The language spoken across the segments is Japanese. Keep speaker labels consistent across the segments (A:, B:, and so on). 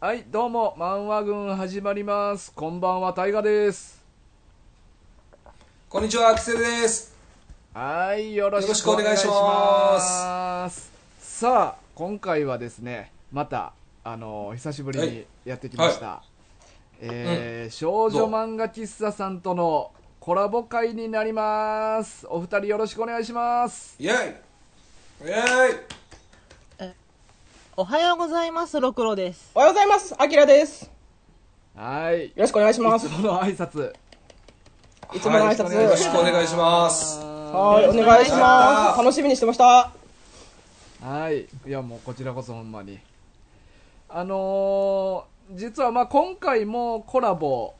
A: はい、どうも、漫画軍始まります。こんばんは、タイガです。
B: こんにちは、アクセルです。
A: はい、よろ
B: よろ
A: し
B: し
A: く
B: く
A: お
B: お
A: 願
B: 願
A: い
B: い
A: し
B: し
A: ま。
B: ます
A: さあ、今回はですね、また、あの、久しぶり
B: は
A: に
B: い
A: やってきました。えー少女漫画喫茶さんとのコラボ会になります。お二人よろしくお願いします。
B: イェイイェイ
C: おはようございます、ろくろです。
D: おはようございます。あきらです。よ
A: はい、い
D: ろしくお願いします。
A: つもの挨拶。
D: いつもの挨
B: は
D: 拶。
B: いよろしくお願いします。
D: はい、お願いしま
B: あ
D: す。
B: ー
D: 楽しみにしてました。
A: はい、いやもうこちらこそほんまにあのー実はまあ今回もコラボ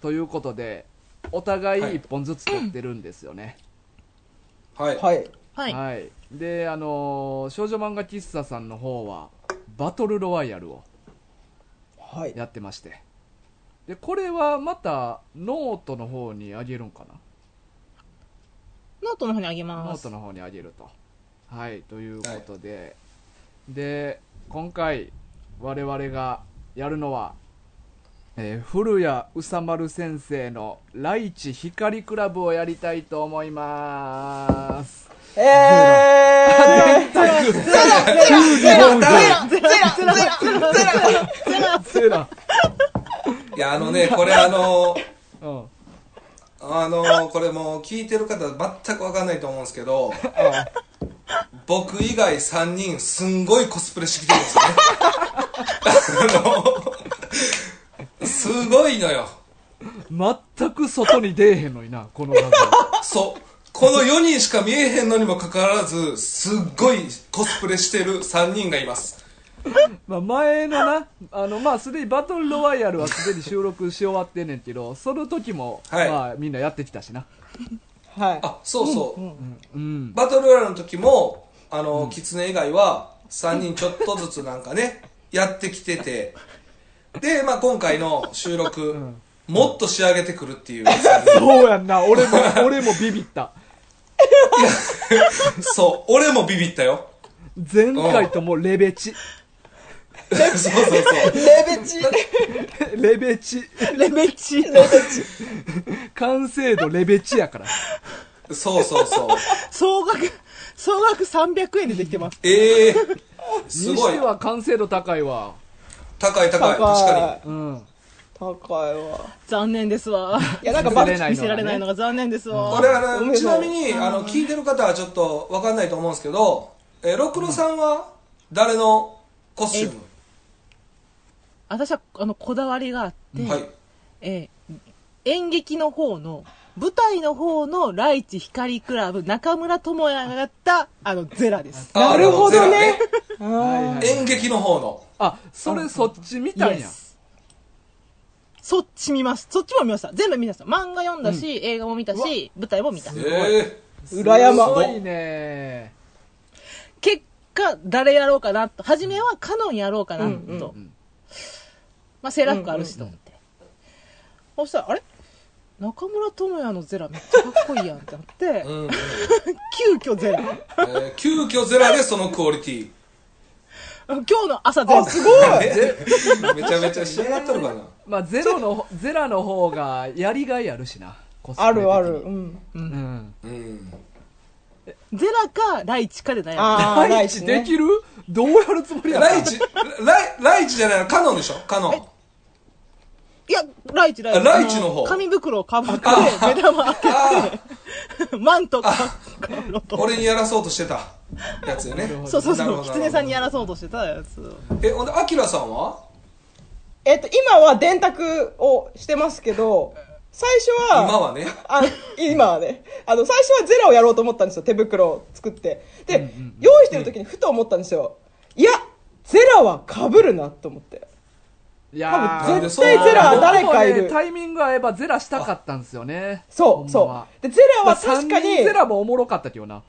A: ということでお互い
B: はい
A: 1本ずつ撮ってるんですよね
B: はい。
D: はい。
C: は。
A: はいい、であのー少女漫画喫茶さんの方はバトルロワイヤルを
D: はい。
A: やってましてでこれはまたノートの方にあげるんか
C: ノートの方にあげ
A: な
C: ま
A: ノー
C: す
A: ト。の方にあげるとはいということで、で今回我々がやるのは、えー古谷宇佐丸先生の「ライチ光クラブ」をやりたいと思います
D: えー
A: セラ、
B: いや、あのね、これあの、
A: うん、あ
B: あの、これもう聞いてる方全くわかんないと思うんですけど、僕以外3人すんごいコスプレしてきてるんですよね。 あの、すごいのよ。
A: 全く外に出えへんのになこの画像
B: そう。この4人しか見えへんのにもかかわらず、すっごいコスプレしてる3人がいます。
A: まあ前のなあのまあすでにバトルロワイヤルはすでに収録し終わってんねんけどその時も、
B: はい
A: まあみんなやってきたしな
D: はい。
B: あ、そうそう。
A: うん
B: バトルロイヤルの時も、あの、キツネ以外は、3人ちょっとずつなんか ね、やってきてて、で、まあ今回の収録、もっと仕上げてくるっていう、
A: そうやんな俺も俺もビビった
B: そう、俺もビビった よ。
A: 前回ともレベチ
B: そうそうそう。
D: レベチ。
A: レベチ
C: レベチ。
A: 完成度レベチやから
B: そうそうそう。
C: 総額、総額300円でできてます。
B: ええす
A: に
B: ご
A: し
B: い
A: て。は完成度高いわ
B: 高い高い、確か
D: 高い。
A: うん
D: 高いわ。
C: 残念ですわ。
D: いや、なんか
A: 見せ
D: バ
A: れない
C: 見せられないのが残念です
B: に。
C: わ
B: こ。れは
D: おめ
B: ね、
D: でとう
B: ちなみに、あの、聞いてる方はちょっとわかんないと思うんですけど、えー、ろくろさんは、誰のコスチューム、
C: 私は、あの、こだわりがあって、
B: はい。
C: えー演劇の方の、舞台の方の、ライチ光クラブ、中村智也がやった、あの、ゼラです。
B: あ
D: なるほどね
B: ゼ
D: あ
A: はい
D: ー
A: はい
B: ラ演劇の方の。
A: あそれそっち見たんや
C: Yes そっち見ます。そっちも見ました。全部見ました。漫画読んだし、映画も見たし、舞台も見た。
A: すごい
B: ええ
D: 羨ます
A: ごいね
C: 結果、誰やろうかなと。初めはカノンやろうかなと。
D: うんうん
A: ん
C: まあ、セーラー服あるしと思って。そしたら、あれ中村智也のゼラめっちゃかっこいいやんってなって
B: う、んうん
C: 急遽ゼラ。今
B: えー急遽ゼラでそのクオリティ
C: 日の朝ゼラ。
D: すごい。
B: めちゃめちゃ仕上がっとるかな
A: まあゼロのゼラの方がやりがいあるしなコスプレ
D: あ
A: 的に
D: るある。うん。
A: うん
B: うん
C: ゼラかライチかで悩む。
D: あー、
A: ラ
D: ラ
A: イ
D: イ
A: チ
D: チ
A: で
D: ね。
A: きるどうやるつもりやった
B: ライチライライチじゃないのカノンでしょカノン
C: いや、ライチ、ライチ。
B: あライチの方
C: 紙袋をかぶって、目玉開
B: ああ
C: けて、マントかぶろうと。
B: 俺にやらそうとしてたやつよね
C: そうそう
B: なる
C: そ
B: ほ
C: う。
B: ど
C: キツネさんにやらそうとしてたやつを。
B: えほんでアキラさんは
D: えっと、今は電卓をしてますけど、最初は、
B: 今はね
D: あ今はねあの最初はゼラをやろうと思ったんですよ手袋を作ってで、用意してる時にふと思ったんですよ、いやゼラはかぶるなと思って
A: いやー
B: なんで
D: 絶
B: そう
D: 対ゼラは誰
A: 僕も
D: かい
A: ね
D: る
A: タイミング合えばゼラしたかったんですよね
D: そう
A: ほんまは
D: そうでゼラ
A: まあ
D: は確か
A: 三
D: に
A: 人ゼ
D: そう
A: ラもおもろかったけどな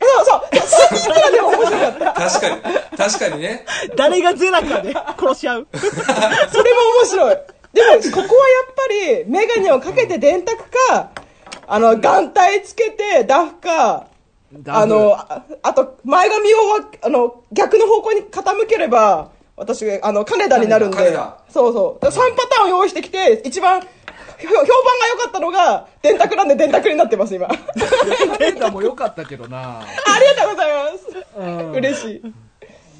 D: そう3人ゼラでも面白かった
B: 確かに確かにね
C: 誰がゼラかで殺し合 う。
D: それも面白いでもここはやっぱり眼鏡をかけて電卓かあの眼帯つけてダフか
A: ダ
D: あ
A: ブル
D: のああと前髪をわあの逆の方向に傾ければ私、あの、金田になるんで。
B: 金田
D: そうそう。3パターン用意してきて、一番、ひょ評判が良かったのが、電卓なんで電卓になってます、今。あり
A: データも良かったけどな。
D: がとうございます。嬉しい。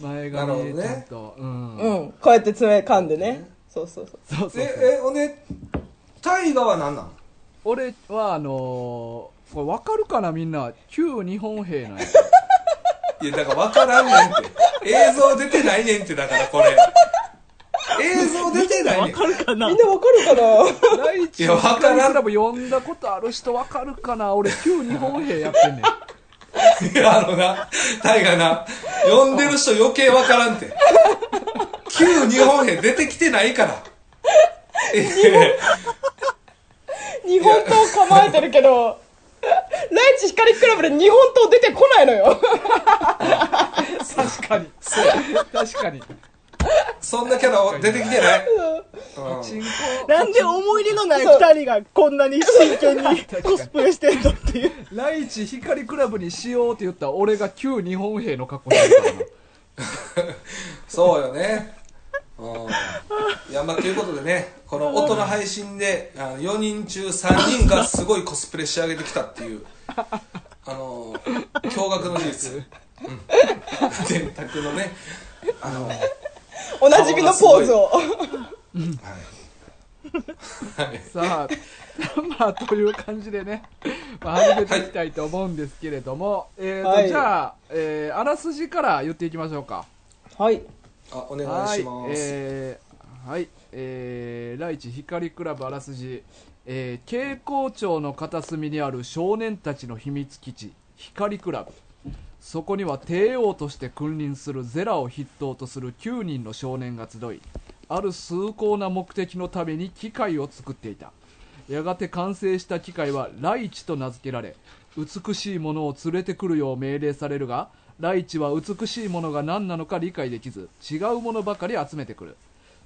A: 前
B: なるほど
A: 髪
B: ね
A: ちゃんと。うん
D: うん。こうやって爪噛んでね。そうそうそう。
A: そうそうそう。
B: え、え、おね、大河は何なん
A: 俺はあのー、これ分かるかなみんな旧日本兵なんや
B: いや、だから分からんねんって。映像出てないねんって、だからこれ。映像出てないね
C: わ
B: ん。
C: かるかな
D: みんなわかるかな
A: 第一
B: いや分からん
A: クラブ呼んだことある人分かるかな俺旧日本兵やってんねん
B: いや、 あのな、大河な、呼んでる人余計わからんて。旧日本兵出てきてないから。ええ
D: 日本刀構えてるけど、ライチ光クラブで日本刀出てこない のよ。
A: 確かに確かに
B: そんなキャラ出てきてない。
A: 人口
C: なんで思い入れのない二人がこんなに真剣 にコスプレしてんのっていう。
A: 来一光クラブにしようって言ったら俺が旧日本兵の格好してるからな
B: そうよね。うん。いや、まあ、ということでね、この音の配信で、あの4人中3人がすごいコスプレ仕上げてきたっていう、あの、驚愕の事実。うん。 電卓のね、あの、はい。
D: おなじみのポーズを。
B: はい
A: さあまあという感じでね、まあ、始めていきたいと思うんですけれども、えーと
D: はい
A: じゃあ、えーあらすじから言っていきましょうか
D: はい。
B: あ、お願
A: はい
B: し
A: い
B: ます。、
A: えーはい、えー、ライチ光クラブあらすじ、えー、蛍光町の片隅にある少年たちの秘密基地、光クラブ。そこには帝王として君臨するゼラを筆頭とする9人の少年が集い、ある崇高な目的のために機械を作っていた。やがて完成した機械はライチと名付けられ美しいものを連れてくるよう命令されるがライチは美しいものが何なのか理解できず違うものばかり集めてくる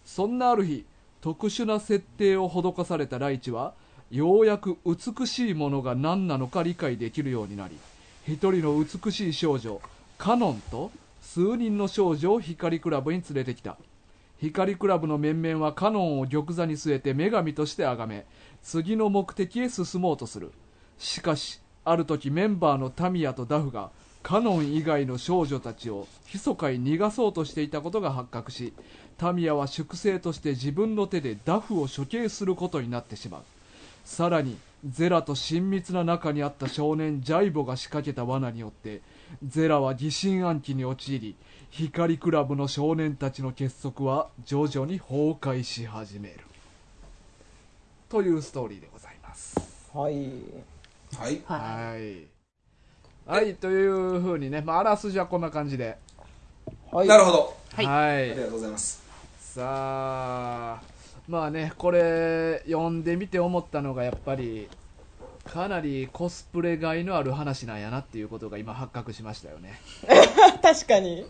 A: そんなある日特殊な設定を施されたライチはようやく美しいものが何なのか理解できるようになり一人の美しい少女カノンと数人の少女を光クラブに連れてきた光クラブの面々はカノンを玉座に据えて女神として崇め次の目的へ進もうとするしかしある時メンバーのタミヤとダフがカノン以外の少女たちを密かに逃がそうとしていたことが発覚しタミヤは粛清として自分の手でダフを処刑することになってしまうさらにゼラと親密な仲にあった少年ジャイボが仕掛けた罠によってゼラは疑心暗鬼に陥り光クラブの少年たちの結束は徐々に崩壊し始めるというストーリーでございます
D: はい。
B: はい。
A: はいはいというふうにね、まあ、あらすじはこんな感じで
D: はい。
B: なるほど。
C: はい
B: ありがとうございます。
A: さあまあねこれ読んでみて思ったのがやっぱりかなりコスプレ害のある話なんやなっていうことが今発覚しましたよね
D: 確かに。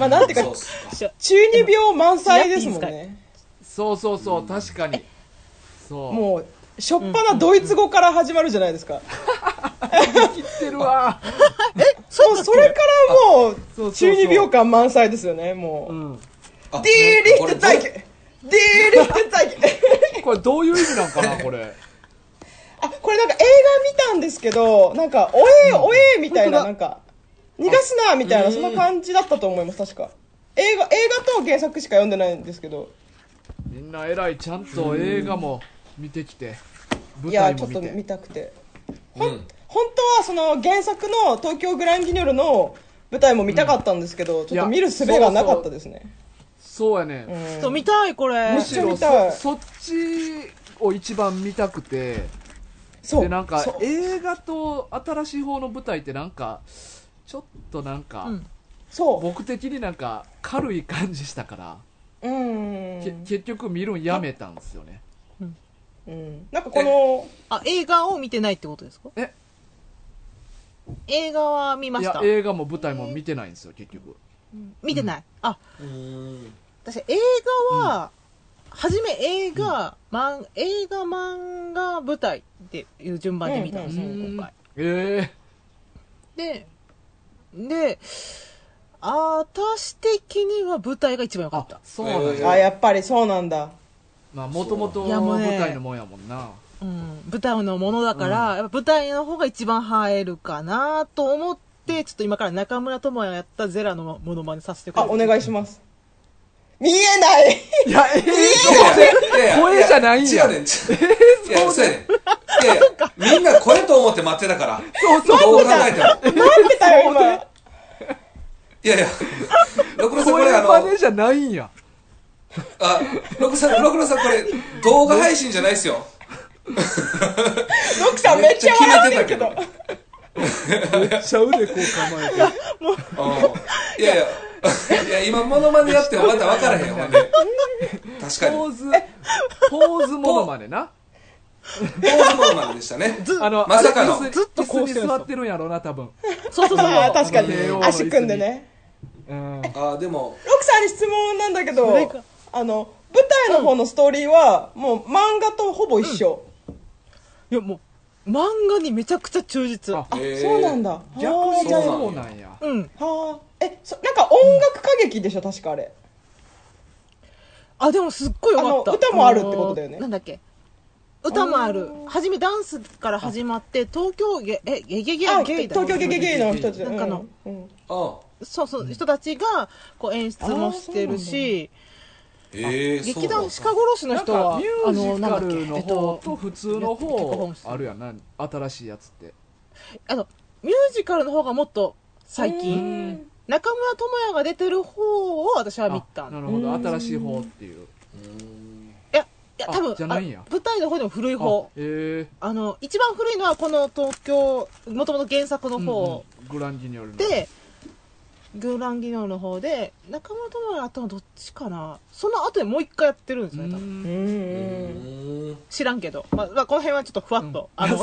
D: まあ、なんていう
B: そう
D: か
B: っ、すか。
D: 中二病満載ですもんね。
A: そうそうそう、確かにそうも
D: もう、しょっぱなドイツ語から始まるじゃないですか。
A: う切ってるわ
D: もうそれから
A: そう
D: も
A: そう
D: う、
A: そう
D: 中二病感満載ですよね、も
A: う
D: う。
A: ん
B: あ
D: ディーリ
B: これ
D: フト体験ディーリフト体験
A: これどういう意味なんかなこれ
D: あ、これなんか映画見たんですけど、なんか、おえおえみたいな、なんか、逃がすなみたいな、そんな感じだったと思います、確か。映画、映画と原作しか読んでないんですけど。
A: みんな偉いちゃんと映画も見てきて舞
D: いや、
A: 台
D: ち
A: も
D: ょっ
A: 見
D: と
A: て
D: 見たくて。
B: うん。
D: 本当はその原作の東京グランギニョルの舞台も見たかったんですけど、ちょっと見る術がなかったですね。
A: そうやね、ん
D: うん
C: そう、見たい、これ
D: む
A: む。
D: し
A: し
D: ろ
A: ろ
D: 見たい
A: そそっちを一番見たくて
D: そう。
A: でなんか
D: そう
A: 映画と新しい方の舞台ってなんかちょっとなんか、
C: うん
D: そ
A: 僕的になんか軽い感じしたから、
D: う。うん
A: け。結局見るんやめたんですよね
D: うん。なんかこの、
C: あ、映画を見てないってことですか
A: え
C: 映画は見ま
A: い
C: し
A: や
C: た。
A: 映画も舞台も見てないんですよ結局
C: 見てない。あ、
B: うーん。
C: 私映画は、はじめ映画、漫映画、漫画、舞台っていう順番で見たんですよ、
A: うんうん
C: 今回。
A: ええ
C: で、で、私的には舞台が一番良か
A: あ
C: った。
A: そうなん
B: え
A: や
B: ー
D: あ、やっぱりそうなんだ。
A: まあもともと
C: いやもう
A: 舞
C: ね
A: 台のもんやもんな
C: うん、舞台のものだから、やっぱ舞台の方が一番映えるかなと思って、ちょっと今から中村智也やったゼラのものまねさせてくだ
D: あ、お
C: さい。
D: 願いします。見えない
A: いやええ
B: 声
A: 声じゃないんや
B: 違うねん。いや、そうやねん。いやいや、みんな声と思って待ってたから。
A: そうそう
B: どう考えても。
D: 待ってたよ、今。
B: いやいや、六郎さんこ
A: 声
B: れあの、
A: 真似じゃないんや
B: あ、六郎さん、六郎さんこれ動画配信じゃないですよ。
D: ロクさんめっちゃ笑ってるけど。
B: めっ
A: めっ ちゃ腕こう構えて
B: うんいやいや、いや、今モノマネやってもまだ分からへんよ、ほんで。確かに。
A: ポーズポーズものまねな
B: ポーズモノマネでしたね。
A: あの
B: まさかの
A: あれ椅子
C: ずっとこう
A: 椅子
C: して
A: に
C: る
A: 座ってるんやろうな多分
C: そうそうそう。
D: まあ、 確かに
A: 帝王。の椅子
D: 足組んでね。
A: うん
B: ああ、でも、
D: ロクさんに質問なんだけど
C: それか、
D: あの、舞台の方のストーリーは、もう漫画とほぼ一緒。
C: いやもう、漫画にめちゃくちゃ忠実。
A: あ
D: あ、
B: へー
D: そうなんだ。
A: 逆
D: はあ
A: に
D: じゃあ
A: そうなんや
C: うん。
D: はあえそなんか音楽歌劇でしょ確かあれ
C: あ、でもすっごい良かった。
D: あの歌もあるってことだよね
C: あのーなんだっけ歌もある。はじめ、ダンスから始まって、東京ゲ、え、ゲゲゲ
D: あ
C: ゲイだ
D: 東京ゲゲゲイの人たち
C: なんかの
D: うんうん
B: あ
C: そうそう、人たちが、こう演出もしてるし、
B: ええそう
C: 劇
B: なん
C: 団
B: だ
C: 鹿殺しの
A: なん
C: 人
A: か
C: は
A: ミ、
C: あ
A: ュー
C: の、
A: ジ
C: なん
A: カ
C: だっけ
A: ル、の
C: えっ
A: 方
C: と、
A: と普通の方あるやんな新しいやつって
C: の、ミュージカルの方がもっと最近、
A: ん
C: 中村智也が出てる方を私は見た
A: あ
C: ん
A: なるほど新しい方っていう
C: いや、いや、
A: あ
C: 多分、
A: じゃないんや
C: あ舞台の方でも古い方
A: あ。え
C: あの、一番古いのはこの東京、もともと原作の
A: え
C: 方
A: グランギニョルの
C: で、グーランギノールの方で、中村智也やったのどっちかなその後でもう一回やってるんです
A: う
C: ね、多分。
A: ん
D: うん
C: 知らんけど。まあ、まあ、この辺はちょっとふわっと。あの、 こ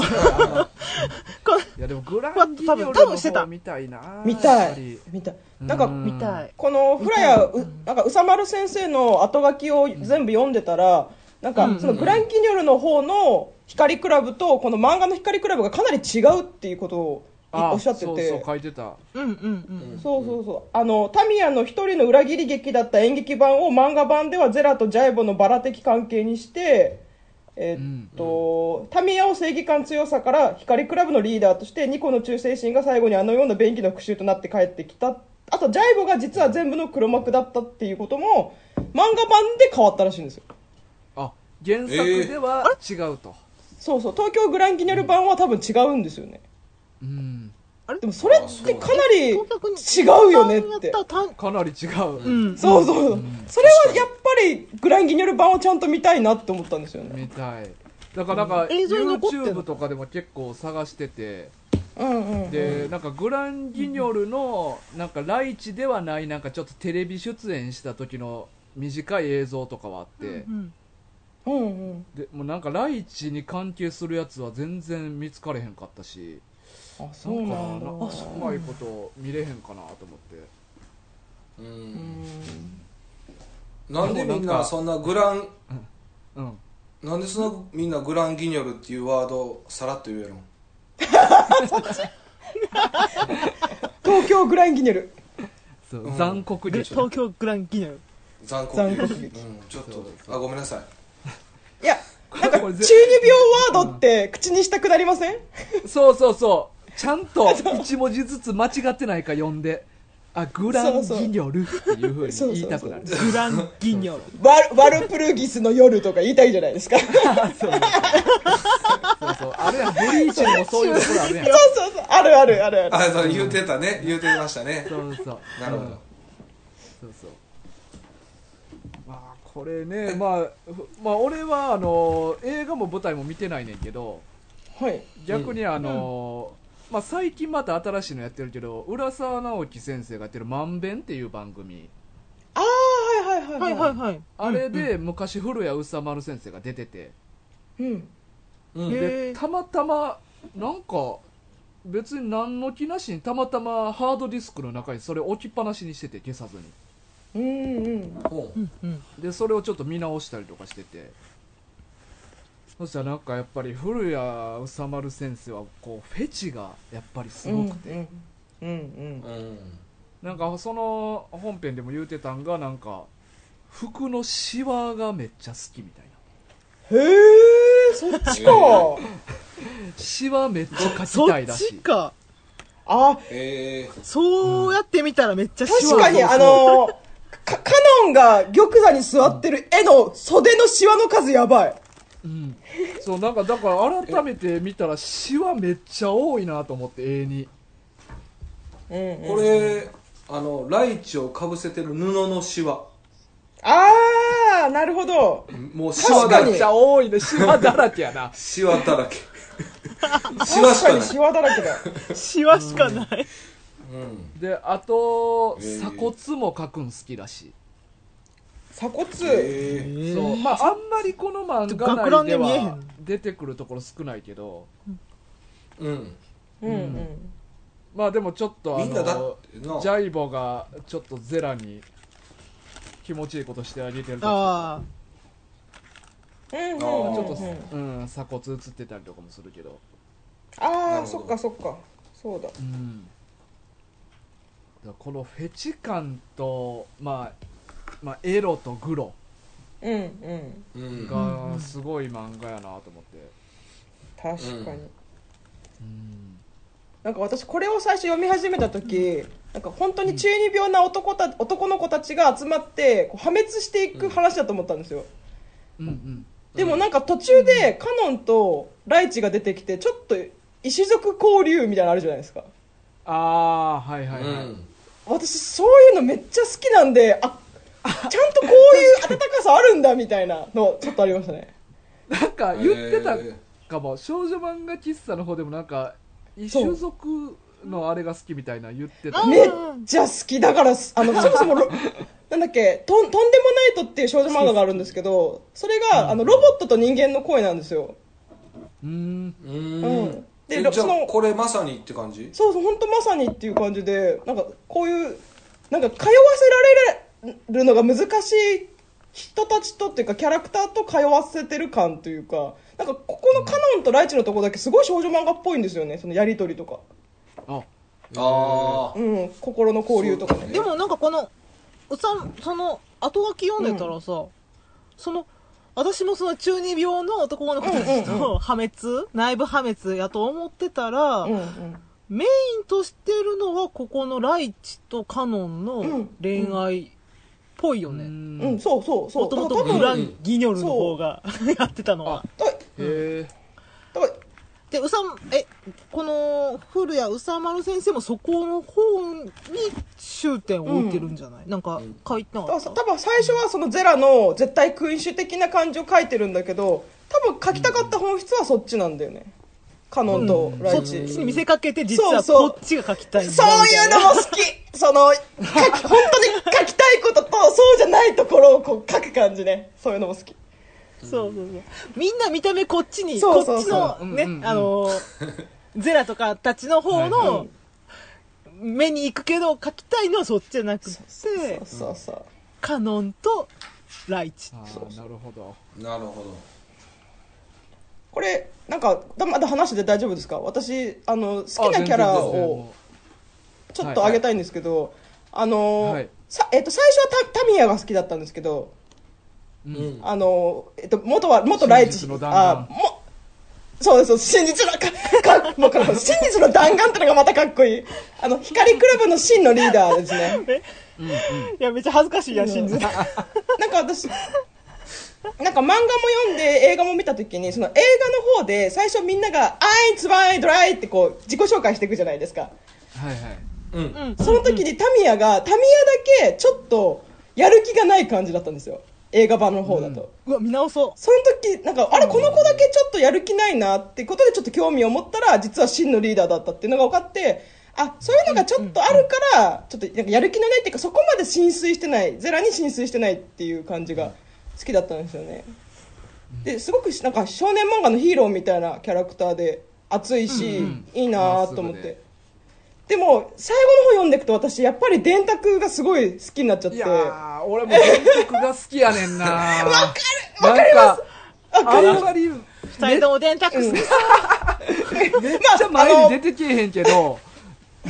A: いやでもグラ
C: わ
A: ンギニョルの方見たいな
D: 見た
A: やっぱ
D: い
A: り
D: 見たいなんか
A: うん
C: 見たい。
D: このフラヤうなんか宇佐丸先生の後書きを全部読んでたらなんかそのグランキニョルの方の光クラブとこの漫画の光クラブがかなり違うっていうことをい
A: あ
D: おっしゃってて
A: そうそう書いてた
C: うんうんうん。
D: そうそうそうあのタミヤの一人の裏切り劇だった演劇版を漫画版ではゼラとジャイボのバラ的関係にして、えーっとタミヤを正義感強さから光クラブのリーダーとしてニコの忠誠心が最後にあのような便宜の復讐となって帰ってきたあとジャイボが実は全部の黒幕だったっていうことも漫画版で変わったらしいんですよ
A: あ原作では違うと
D: そうそう東京グランギニョル版は多分違うんですよね
A: うん
D: でもそれってかなり違
C: 東京国
D: うよねって
C: 単単
A: かなり違
C: う。
A: うん
D: そうそう、それはやっぱりグランギニョル版をちゃんと見たいなって思ったんですよね
A: 見たいだからなんか
C: 映像に残ってんの
A: YouTube とかでも結構探してて
D: うんうん
A: でなんかグランギニョルのなんかライチではないなんかちょっとテレビ出演した時の短い映像とかはあって、
C: うん
D: うんうん
A: でもうなんかライチに関係するやつは全然見つかれへんかったし
D: あそうなんだ
A: かなうまいこと見れへんかなと思って
B: うんなんでみんなそんなグラン
A: うん
B: なんでそんなみんなグランギニョルっていうワードをさらっと言えるの
D: 東京グランギニョル
A: そう、
B: うん
A: 残酷
C: ぐ
A: でしょ
C: 東京グランギニョル。
B: 残酷劇
D: 残酷劇
B: うん、ちょっとあごめんなさい
D: いやなん か
A: これ
D: 中二
A: ぜ
D: 病ワードって口にしたくなりません
A: そうそう そうちゃんと一文字ずつ間違ってないか読んであグランギニョルっていうふうに言いたくなる
C: グランギニョル。
D: ワルワルプルギスの夜とか言いたいじゃないですか そう
A: そうそうそうあれやんブリーチにもそういうところあるやん
D: そうそうあるあるあるある
B: あそう言うてたね言うてましたね
A: そうそう
B: なるほど
A: そうそうまあこれね、まあ、ふまあ俺はあの映画も舞台も見てないねんけど
D: はい
A: 逆にあの、まあ、最近また新しいのやってるけど浦沢直樹先生がやってる「まんべん」っていう番組
D: ああはいはいは
C: はいいはいはい。
A: あれで昔古谷宇佐丸先生が出てて
D: うん
B: うん
C: へ
A: で
C: え
A: たまたまなんか別に何の気なしにたまたまハードディスクの中にそれ置きっぱなしにしてて消さずに
D: うんうん
B: ほ
C: うんうん。
A: でそれをちょっと見直したりとかしててそしたらなんかやっぱり古谷宇佐丸先生はこうフェチがやっぱりすごくて、
D: うんうんうん
B: ううん
A: なんかその本編でも言うてたんがなんか服のシワがめっちゃ好きみたい
D: へえ、そっちか。
A: なシワめっちゃ描きたいら
C: そっ
A: し
C: ち
A: い
C: か。
D: あ、
B: え
C: そうやってみたらめっちゃシワ
D: 確かに、
C: そう
D: あのかカノンが玉座に座ってる絵の袖のシワの数やばい。
A: うん、そうなんかだから改めて見たらシワめっちゃ多いなと思って絵に
D: うん
B: ー、これあのライチをかぶせてる布のシワ
D: あー、なるほど。
B: もうシワだら
A: めっ
B: け
A: ちゃ多 いねシワだらけやな
B: シワだらけシワし
D: 確か
B: か
D: に
B: ない
D: シワだらけだ。
C: シワしかない。
B: うん
A: であと
B: えー
A: 鎖骨も描くん好きらしい
D: 鎖骨。
B: え
C: え
A: そうまああんまりこの漫画
C: 学ラ
A: 内で
C: ンで見えへん
A: は出てくるところ少ないけど
B: ー、うん
D: うんうん
A: まあでもちょっとあ
B: みんなだ
A: の
B: ってな
A: ジャイボがちょっとゼラに気持ちいいことしてあげてるとか
C: ああ。
D: うんうん
B: あー
A: ちょっ
D: う
A: と、
D: んうん
A: うん、鎖骨映ってたりとかもするけど、
D: あ
B: なるほど
D: ー、そっかそっか。そうだ。
A: うん、だからこのフェチ感と、まあ、まあエロとグロ
D: うんうん。
B: うん
A: がすごい漫画やなと思って、
D: 確かに。
B: うん
A: うん
D: なんか私これを最初読み始めた時なんか本当に中二病な男た男の子たちが集まってこう破滅していく話だと思ったんですよ、
A: うんうん
D: でもなんか途中でカノンとライチが出てきてちょっと異種族交流みたいなのあるじゃないですか
A: ああーはいはいはい、
B: うん
D: 私そういうのめっちゃ好きなんであちゃんとこういう温かさあるんだみたいなのちょっとありましたね
A: なんか言ってた
B: え
A: かも、少女漫画喫茶の方でもなんか異種族のあれが好きみたいな言ってた
C: うん
D: めっちゃ好きだからすあのそもそもロ なんだっけとん「とんでもないと」っていう少女漫画があるんですけどそれがあのロボットと人間の声なんですよ
A: うん
B: ーうん
D: うんで
B: え
D: ろ
B: じゃあ
D: その
B: これまさにって感じ
D: そうそう本当まさにっていう感じでなんかこういうなんか通わせられるのが難しい人たちとっていうかキャラクターと通わせてる感というかなんかここのカノンとライチのとこだけすごい少女漫画っぽいんですよねそのやり取りとか、
A: あ
B: ああ
D: うん、心の交流とか
B: そう
D: ね
B: ね
C: でもなんかこの、うさん、その、後書き読んでたらさ、その、私もその中二病の男の子たち
D: うん
C: と破滅、内部破滅やと思ってたら、
D: うんうん
C: メインとしてるのはここのライチとカノンの恋愛っぽいよ
A: う
C: ね。
A: ん
D: うん、そうそうそう
C: もとも
D: だ
C: と
D: から多
C: グ
D: 分
C: ラン・ギニョルの方がやってたのは。
D: だ
A: へえ
D: だから
C: で、うさん、え、この、古谷宇佐丸先生もそこの方に終点を置いてるんじゃない、なんか書いてな
D: だ
C: か
D: から
C: っ
D: さ
C: た。
D: 多分最初はそのゼラの絶対君主的な感じを書いてるんだけど多分書きたかった本質はそっちなんだよねカノンとラ
C: そ
D: イ
C: っち
D: チ、
C: に見せかけて実は
D: そうそう
C: こっちが書きたいんだみ
D: そういうのも好 きその書き本当に書きたいこととそうじゃないところをこう書く感じねそういうのも好き
C: そうそうそう。みんな見た目こっちに、
D: そうそうそう
C: こっちのね、
A: うんうんうん
C: あのー、ゼラとかたちの方
A: はい
C: の目に行くけど、書きたいのはそっちじゃなくて、
D: そうそうそう
C: カノンとライチ。
A: ああなるほど
B: なるほど
D: これなんかだまだ話で大丈夫ですか私あの好きなキャラ
A: あ全然全然
D: を
A: も
D: ちょっと上げたいんですけどあのー、
A: はい
D: さえっと、最初はタタミヤが好きだったんですけど
A: ううん
B: うん
D: あの、えっと、元は、元ライチ。
A: 真実の弾丸
D: あ、も、そうです、そうです真実の、か、か、もうこの真実の弾丸ってのがまたかっこいい。あの、光クラブの真のリーダーですね。
C: いや、めっちゃ恥ずかしいやん、
D: うん
C: 信じた。
D: なんか私、なんか漫画も読んで映画も見たときに、その映画の方で最初みんなが、あいつばい、ドライってこう、自己紹介していくじゃないですか。
A: はいはい
B: うん
D: その時にタミヤが、タミヤだけちょっと、やる気がない感じだったんですよ。映画版の方だと。
C: うわ、見直そ
D: その時なんかあれこの子だけちょっとやる気ないなってことでちょっと興味を持ったら実は真のリーダーだったっていうのが分かってあそういうのがちょっとあるからちょっとなんかやる気のないっていうかそこまで浸水してないゼラに浸水してないっていう感じが好きだったんですよねですごくなんか少年漫画のヒーローみたいなキャラクターで熱いし、
A: うんうん
D: いいなと思っ
A: まっすぐ
D: て
A: で
D: でも最後の方読んでいくと私やっぱり電卓がすごい好きになっちゃっ
A: い
D: て
A: やー俺も原曲が好きやねんなわかるわかりますあんまりめ
C: う。 二人とも電卓好き
A: っちゃ前に出てけえへんけど、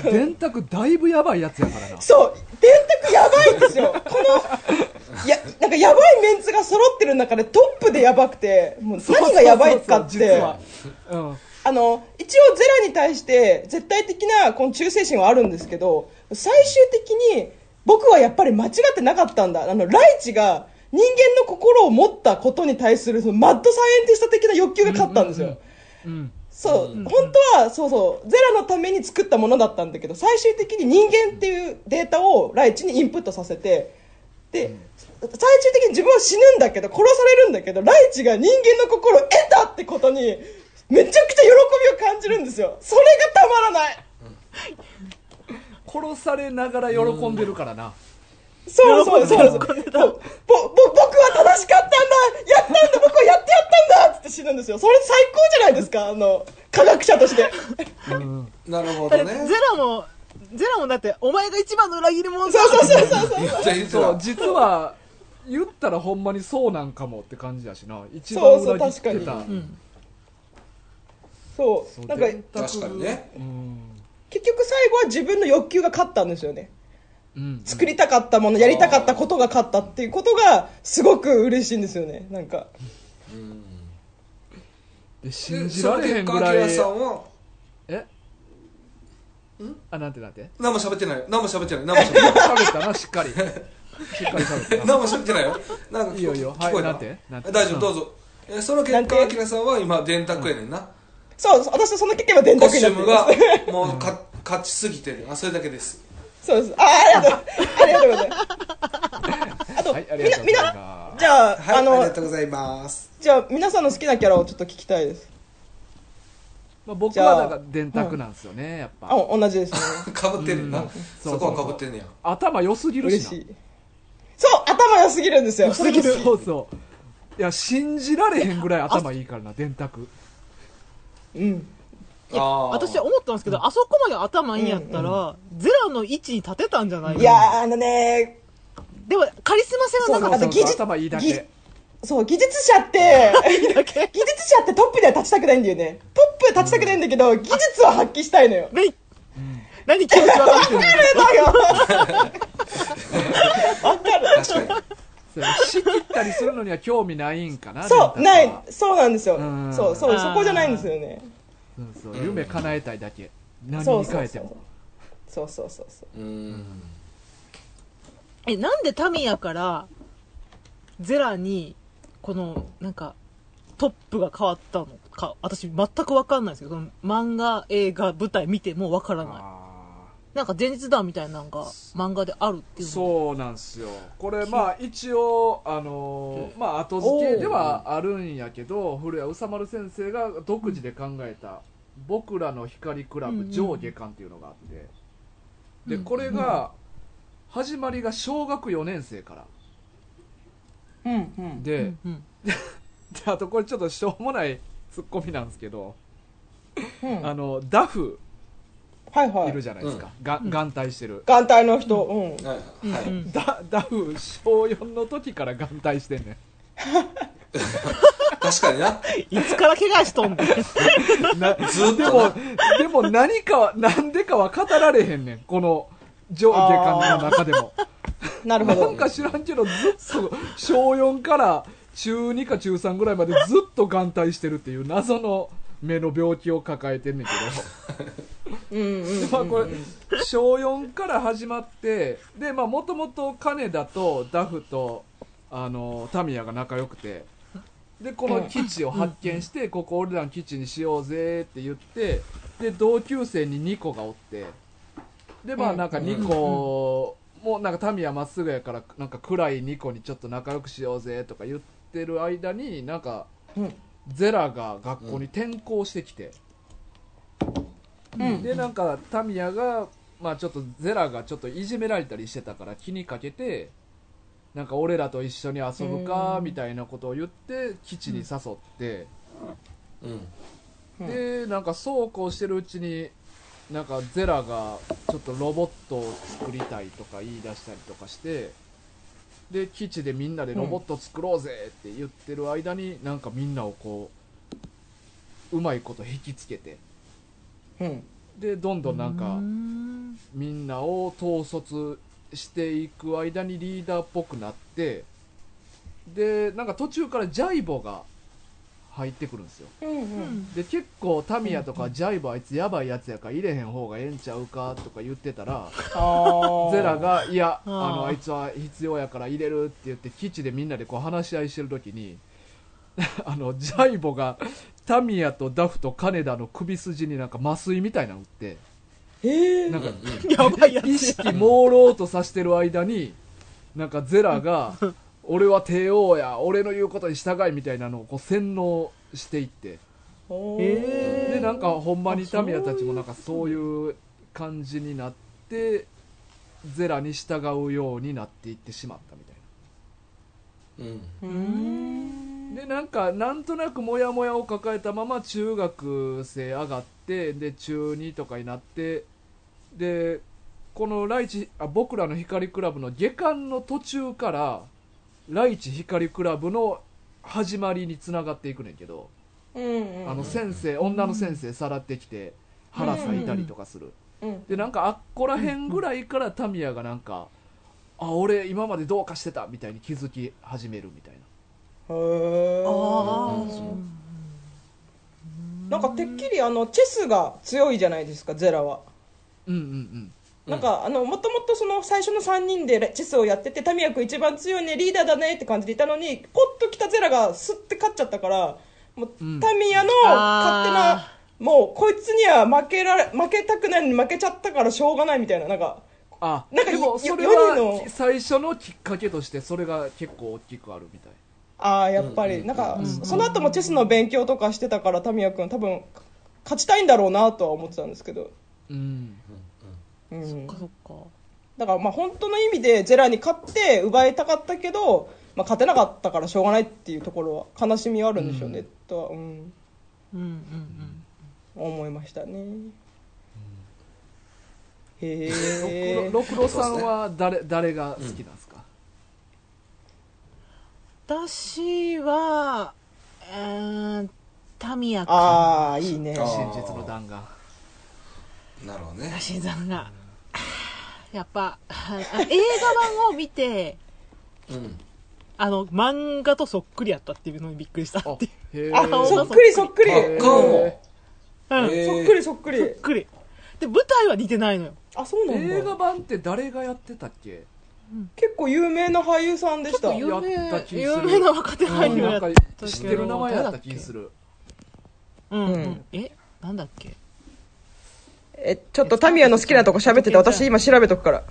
A: 電卓だいぶやばいやつやからな
D: そう電卓やばいんですよこのやなんかやばいメンツが揃ってる中でトップでやばくてもう 何がやばいかっ
A: そうそう
D: て
A: そう実は、
D: あの一応ゼラに対して絶対的なこの忠誠心はあるんですけど最終的に僕はやっぱり間違ってなかったんだあのライチが人間の心を持ったことに対するそのマッドサイエンティスト的な欲求が勝ったんですよ、
A: うんうん
D: そう、本当はそうそうゼラのために作ったものだったんだけど最終的に人間っていうデータをライチにインプットさせてで、最終的に自分は死ぬんだけど殺されるんだけどライチが人間の心を得たってことにめちゃくちゃ喜びを感じるんですよそれがたまらない
A: 殺されながら喜んでるからな、
D: そうそうそうそうぼぼ僕は正しかったんだやったんだ僕はやってやったんだっつって死ぬんですよそれ最高じゃないですかあの科学者として
B: なるほ
C: だっ
B: ど
C: て
B: ね
C: ゼラも、ゼラもだって、お前が一番の裏切り者だ
D: そうそうそうそうそう
B: 言って言って
A: そう
B: た
A: 実は言ったらほんまにそうなんかもって感じだしな一番
D: そうそう
A: 裏切ってた
D: 確
C: うん。
D: そ
A: そうう
D: なんか
A: 電卓
B: 確かにね
A: うん
D: 結局最後は自分の欲求が勝ったんですよね
A: うん
D: 作りたかったものやりたかったことが勝ったっていうことがすごく嬉しいんですよねなんか
A: で
B: で
A: 信じ
B: そ
A: ら
B: の
A: れへ
B: 結
A: ん
B: 果
A: ぐ
B: ア
A: ら
B: キラ
A: い
B: さんは
A: えあなんてなんて
B: 何も喋ってないよ何も喋って ない何も喋ってない
A: 喋ったなしっかりしっかり喋ったな
B: 何も喋ってないよなんか
A: いいよいいよ
B: 聞こ
A: は
B: えた
A: いなんてなんて
B: 大丈夫どうぞえその結
D: な
B: 果
D: ん
B: ア
D: て
B: キラさんは今電卓やねんな
D: そう私はその結果は電
B: コ
D: 卓に
B: スチ
D: なっ
B: ュー
D: て
B: ム
D: る
B: がもうか勝ちすぎてるあそれだけです
D: そうですあありがとうありがとうございますあと、
A: はいあり
D: み
A: が
D: な
A: とうござ
D: み
A: い
D: な
A: ま
D: じゃあ、
B: はいあ
D: あ
B: りが
D: の
B: とうございます
D: じゃあ皆さんの好きなキャラをちょっと聞きたいです
A: すまあ僕
D: じゃ
A: は
D: あ
A: だから電卓なんですよねやっ
D: あ
A: ぱ
D: 同じですね
B: かぶってるな
A: そう
B: そこはかぶってんねや
A: 頭良すぎる
D: 嬉
A: し
D: し
A: ない
D: そう頭良すぎるんですよ
A: 良すぎる
D: それが
A: そうそういや信じられへんぐらい頭いいからな電卓
D: うん
C: いや
B: あー
C: 私は思ったんですけど、あそこまで頭いいんやったら、ゼラの位置に立てたんじゃない
D: いやーあのね
C: でも、カリスマ性はなか
D: あ
C: った
D: と
A: そう
D: 技術
A: 頭いいだけ
D: 技そう技術者って
C: だ け。
D: 技術者ってトップでは立ちたくないんだよねトップでは立ちたくないんだけど、技術は発揮したいのよ
C: ね何気持ち分かってんの
D: だ よ
B: 確かに
A: そう仕切ったりするのには興味ないんかな
D: そう
A: 電卓は
D: ないそうなんですよ
A: うん
D: そうそう
C: あー
D: そこじゃないんですよね
A: そうそう夢叶えたいだけ何
D: そ
A: に
D: うそ
A: 変
D: う
A: え
D: そ
A: て
D: う
A: も
D: そうそうそうそう
B: うん
C: え、なんでタミヤから、ゼラに、この、なんか、トップが変わったのか、私全くわかんないですけど、その漫画、映画、舞台見てもわからない。
A: あ
C: なんか前日談みたいなのが漫画であるっ
A: ー
C: ていうのう。
A: そうなんですよこれまあ一応あのーまあ後付けではあるんやけど古谷宇佐丸先生が独自で考えた「僕らの光クラ
C: うんう
A: ブ
C: ん
A: 上下巻」っていうのがあってで
C: うん
A: これが始まりが小学4年生から
D: うんうん
A: で、
C: うんうん。
A: であとこれちょっとしょうもないツッコミなんですけど、
D: うん
A: あのダフ
D: はいはいい
A: るじゃないですか、が眼帯してる、
D: 眼帯の人うん
B: はい
C: うんう
B: はい
C: ん。
A: だダフ小4の時から眼帯してんね
B: 確かにない
C: つから怪我しとんねん。
A: んな
B: ずっと
A: でもでも何かは何でかは語られへんねんこの上下感の中でも
D: なるほ
A: なん
D: ど
A: か知らんけどずっと小4から中2か中3ぐらいまでずっと眼帯してるっていう謎の目の病気を抱えてんねんけど
D: うんうん
A: でまあこれ小4から始まってでまあもともと金田とダフとあのタミヤが仲良くてでこの基地を発見してここ俺らの基地にしようぜって言ってで同級生に2個がおってでまあなんか2個もうなんかタミヤまっすぐやからなんか暗い2個にちょっと仲良くしようぜとか言ってる間になんか
D: うん
A: ゼラが学校に転校してきて。
D: うん
A: でなんかタミヤが、まあ、ちょっとゼラがちょっといじめられたりしてたから気にかけてなんか俺らと一緒に遊ぶか
D: うん
A: みたいなことを言って基地に誘って、
B: うん
D: うん
A: でなんかそうこうしてるうちになんかゼラがちょっとロボットを作りたいとか言い出したりとかしてで基地でみんなでロボット作ろうぜって言ってる間に、なんかみんなをこううまいこと引きつけて
D: うん
A: でどんどんなんか。
C: うーん
A: みんなを統率していく間にリーダーっぽくなってでなんか途中からジャイボが入ってくるんですよ
D: うんう
C: うんん。
A: で結構タミヤとかジャイボあいつやばいやつやから入れへん方がええんちゃうかとか言ってたら
D: あ
A: ゼラが「いや
C: あ
A: あ
C: ー
A: のあいつは必要やから入れる」って言って基地でみんなでこう話し合いしてる時に あのジャイボがタミヤとダフと金田の首筋になんか麻酔みたいなの打って
D: ええ
A: なんか
C: やばいや
A: 意
C: つや。
A: 識朦朧とさしてる間になんかゼラ が「俺は帝王や俺の言うことに従い」みたいなのをこう洗脳していって
D: え
A: でなんかほんまに
C: あ
A: タミヤたちもなんかそういう感じになってゼラに従うようになっていってしまったみたい
B: うん
D: うん
A: なでなんかなんとなくモヤモヤを抱えたまま中学生上がってで中2とかになってでこのライチあ僕らの光クラブの下巻の途中からライチ光クラブの始まりにつながっていくねんけど、
D: うん
A: あの先生女の先生さらってきて腹咲いたりとかする、
D: うん
A: でなんかあっこら辺ぐらいからタミヤがなんか、あ俺今までどうかしてたみたいに気づき始めるみたいな
D: へえ
C: あ
D: なんかてっきりあのチェスが強いじゃないですかゼラは
A: うんうん
D: なんかあのもともとその最初の3人でチェスをやっててタミヤ君一番強いねリーダーだねって感じでいたのにコッときたゼラがスッて勝っちゃったからもう
A: うん
D: タミヤの勝手な
C: あ
D: もうこいつには負けられ負けたくないのに負けちゃったからしょうがないみたいななんか
A: うんあ
D: なんか
A: でも
D: よ
A: それ
D: よ
A: は
D: りの
A: 最初のきっかけとしてそれが結構大きくあるみたい
D: ああやっぱ
B: うんう
D: り
B: ん
D: なんか
C: うん
D: その後もチェスの勉強とかしてたからタミヤ君多分勝ちたいんだろうなとは思ってたんですけど、
A: うん
D: うん、
C: そっかそっか。
D: だからまあ本当の意味でゼラに勝って奪いたかったけど、まあ、勝てなかったからしょうがないっていうところは悲しみはあるんでしょうね、
A: うん
D: とは、うん、
C: うんうん
D: 思いましたね、へ
A: 六
D: え
A: 郎六郎さんは誰誰が好きなんですか、
C: うん。私は、えー、タミヤか。
D: ああいいね
B: あー
A: 真実の弾丸
B: なるほどね
C: らしいさんが。 やっぱ、あ映画版を見て、
B: うん
C: あの、漫画とそっくりやったっていうのにびっくりした
A: あ
C: ってい
A: へ
C: う。
A: え
D: あそっくりそっくり、
B: あ
A: えー
B: 顔も
C: うん
B: え
D: そっくりそっくり
C: そっくり。で、舞台は似てないのよ。
D: あそうなんだ
A: 映画版って誰がやってたっけ
D: 結構有名な俳優さんでした
A: 有
C: 有
A: やった気す
C: 名、
A: る
C: 有名な若手俳優
A: な
C: や
A: ん
C: った
A: か
C: けど。
A: 知ってる名前やった気する
C: うんうん、
D: うん
C: えなんだっけ
D: えちょっとタミヤの好きなとこ喋ってて私今調べとくから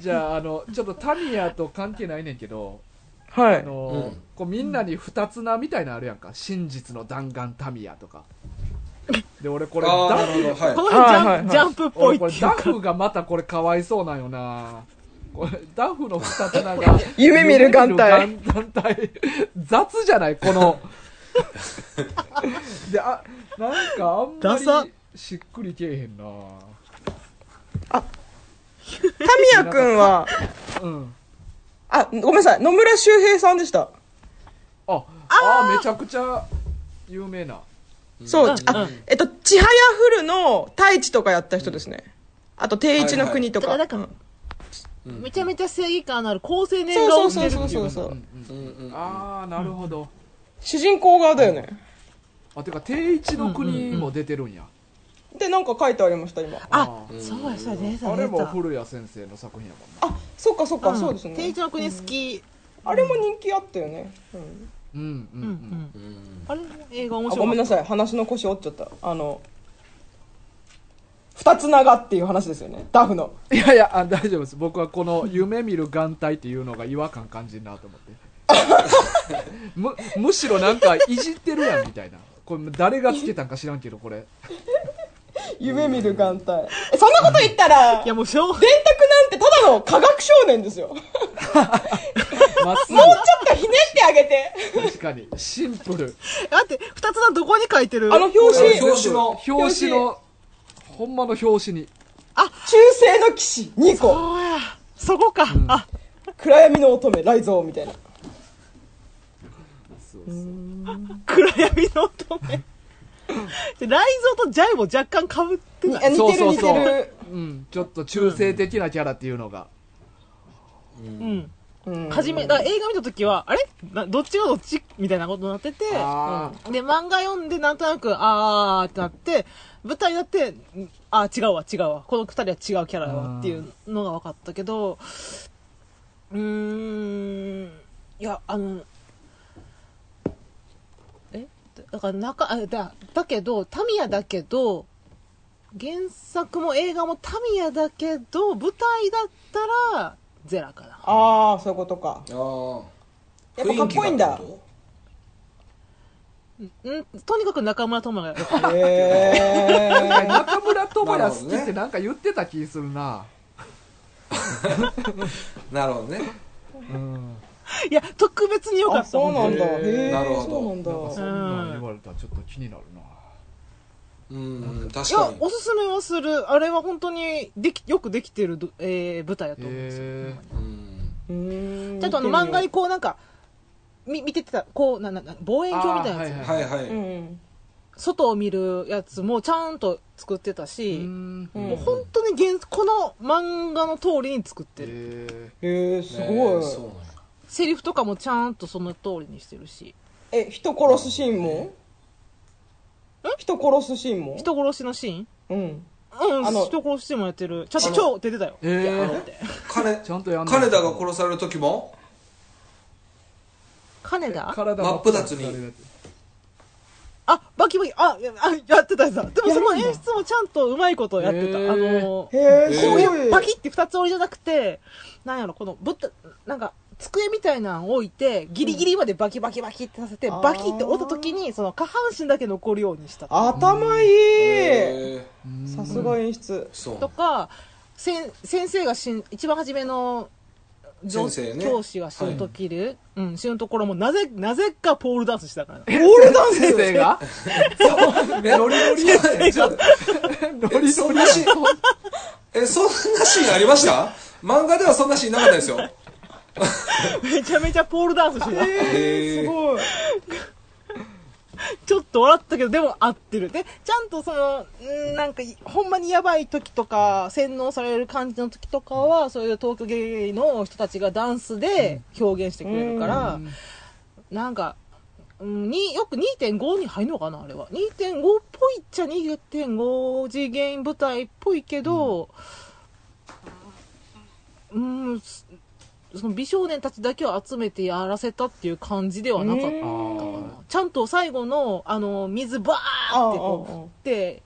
A: じゃああのちょっとタミヤと関係ないねんけど
D: は
A: あ
D: い
A: の
B: うん
A: こうみんなに二つ名みたいなのあるやんか真実の弾丸タミヤとかで俺これ
B: ああ
A: ダ
B: な
A: フ
B: るほどはい
C: この辺ジャン,、
D: はいはいはい
C: ジャンプっぽ
A: 俺
C: いって
A: こ
C: い
A: れ
C: う
A: ダ
C: か
A: フがまたこれかわいそうなんよなこれダフの二つ名が
D: 夢見る眼帯
A: 夢見る眼帯雑じゃないこのであなんかあん
C: ダサ
A: まりしっくりけえへんな
D: タミヤくんは
A: うん
D: あごめんなさい野村周平さんでした
A: あああーめちゃくちゃ有名な
D: そう、
C: うんう
D: あ
C: ん、
D: えっと、ちはやふるの太一とかやった人ですね。あと、定一の国とか。
C: はいはいだから
B: うん
C: めちゃめちゃ正義感のある好青年が
D: そう
C: 落ち
D: そ
C: て
D: う
C: るっ
D: そう
C: てい
D: そううそう、
A: うん
B: う
A: うん
B: んうん
A: ああなるほど、
D: 主人公側だよね。
A: あてか定一の国も出てるんや、
D: で、なんか書いてありました、今。
C: あ
A: あ
B: ー
C: そうやそうや出た出た
A: あれも古谷先生の作品やもんな
D: あ、そっかそっか、そうです
C: 定
D: ね
C: 一。の国好き、
D: あれも人気あったよね。う
A: う
D: ん、
A: んうん
C: う
A: うん
C: う
B: う、
C: んん
B: ん
C: あれも映画面
D: あ
C: 白
D: ご
C: か
D: めん
C: っ
D: なさい、話の腰折っちゃった。あの、二つ名がっていう話ですよね。ダフの。
A: いやいやあ大丈夫です僕はこの「夢見る眼帯」っていうのが違和感感じるなと思って むむしろなんかいじってるやんみたいなこれ誰がつけたんか知らんけどこれ
D: 夢見る眼帯。え、そんなこと言ったら、
C: たい
D: 電
C: やもうしょう
D: 卓なんてただの科学少年で すよ。もうち
A: まっす
D: ょっとひねってあげて。
A: ぐ確かにシンプル
C: 待って二つのどこに書いてる
D: あの表紙、
B: 表紙の
A: 表紙のほんまの表紙に
D: 中世の騎士2個
C: そうやそこか、あ
D: 暗闇の乙女雷蔵みたいな
A: そうそう
C: 暗闇の乙女雷蔵とジャイも若干被ってない。
D: 似
A: そう
D: てる
A: そう
D: 似
A: そ
D: て
A: う
D: る。
A: うん、ちょっと中性的なキャラっていうのが、
C: うん。
D: うん
C: はじめ、だから映画見た時は、あれなどっちがどっちみたいなことになってて、
A: あー
C: で、漫画読んでなんとなく、あーってなって、舞台だって、んあー違うわ違うわ。この二人は違うキャラだわっていうのが分かったけど、うーん、いや、あの、えだから中、あだ、だけど、タミヤだけど、原作も映画もタミヤだけど、舞台だったら、ゼラかな。
D: ああ、そういうこと か。
B: ああ
D: やっぱかっこいいんだ。
C: うん、とにかく中村智也が良かった。
D: へー
A: 中村智也好きってなんか言ってた気するな
B: なるほどね
A: うん、
C: いや、特別に良か
D: あ、
C: った。
D: そうなんだ。
A: へ
B: ー
D: へえ、
B: なるほど
D: そうなんだ。
A: なんかそ
D: うん
A: なん言われたらちょっと気になるな、
B: うん確
C: いや
B: か、に
C: おすすめはする。あれは本当にでき、よくできてるど、えー、舞台だと思うんですよ。
A: へ
B: うん
D: ーん
C: ちゃんとあの漫画にこうなんか、み見ててた、こう、な、な、な望遠鏡みたいなやつ、
A: あー
B: はいは
D: う
B: い
D: ん。
C: 外を見るやつもちゃんと作ってた
A: えう
C: し、
A: ん
D: うん
C: もう本当に原、この漫画の通りに作ってる。
A: え
D: へえ、す
B: えー
D: ごい。
B: そうなんや
C: セリフとかもちゃんとその通りにしてるし、
D: え、人殺すシーンも人殺すシーンも
C: 人殺しのシーン
D: うん。
C: うん、
D: あの
C: 人殺しもやってる。ちゃんと超出てたよ。
A: えー
C: いやーって
B: 彼
A: ちゃんとやんない
B: 金田が殺される時も
C: 金田
A: 体
B: 真っ二つに
A: 真っ二やつ
C: あ、バキバキ、あ、やあやってたやつだ。でも
D: や
C: そ
D: るんだ
C: の演出もちゃんとうまいことやってた。あ
A: へー
C: の
D: へ、え、す
C: こ
D: ご
C: う
D: い。
C: いうバキって二つ折りじゃなくて、なんやろ、この、ぶった、なんか、机みたいなのを置いて、ギリギリまでバキバキバキってさせて、
D: あー
C: バキって折った時に、その下半身だけ残るようにした。
D: 頭いい。
B: えー
A: うん
D: さすが演出。
B: そうなん
C: と
B: や
C: か、せん先生が死ん、一番初めの、上
B: 先生ね
C: 教師が死ぬときる、うん、死ぬところも、なぜ、なぜかポールダンスしたから。
D: オールダン
A: 先生
D: ス。
A: が
B: えノリノリや ちょっとえそんな シーンえそんなシーンありました漫画ではそんなシーンなかったですよ
C: めちゃめちゃポールダンスしてた。
B: へ
D: す
B: ー
D: ごい。
C: ちょっと笑ったけど、でも合ってる。で、ちゃんとその、んーなんかい、ほんまにやばい時とか、洗脳される感じの時とかは、そういう東京芸の人たちがダンスで表現してくれるから、なんか、うん、によく2.5に入るのかなあれは。2.5っぽいっちゃ2.5次元舞台っぽいけど、うん、すその美少年たちだけを集めてやらせたっていう感じではなかった
D: うん
A: あー
C: ちゃんと最後の、あの、水バーってこう振って、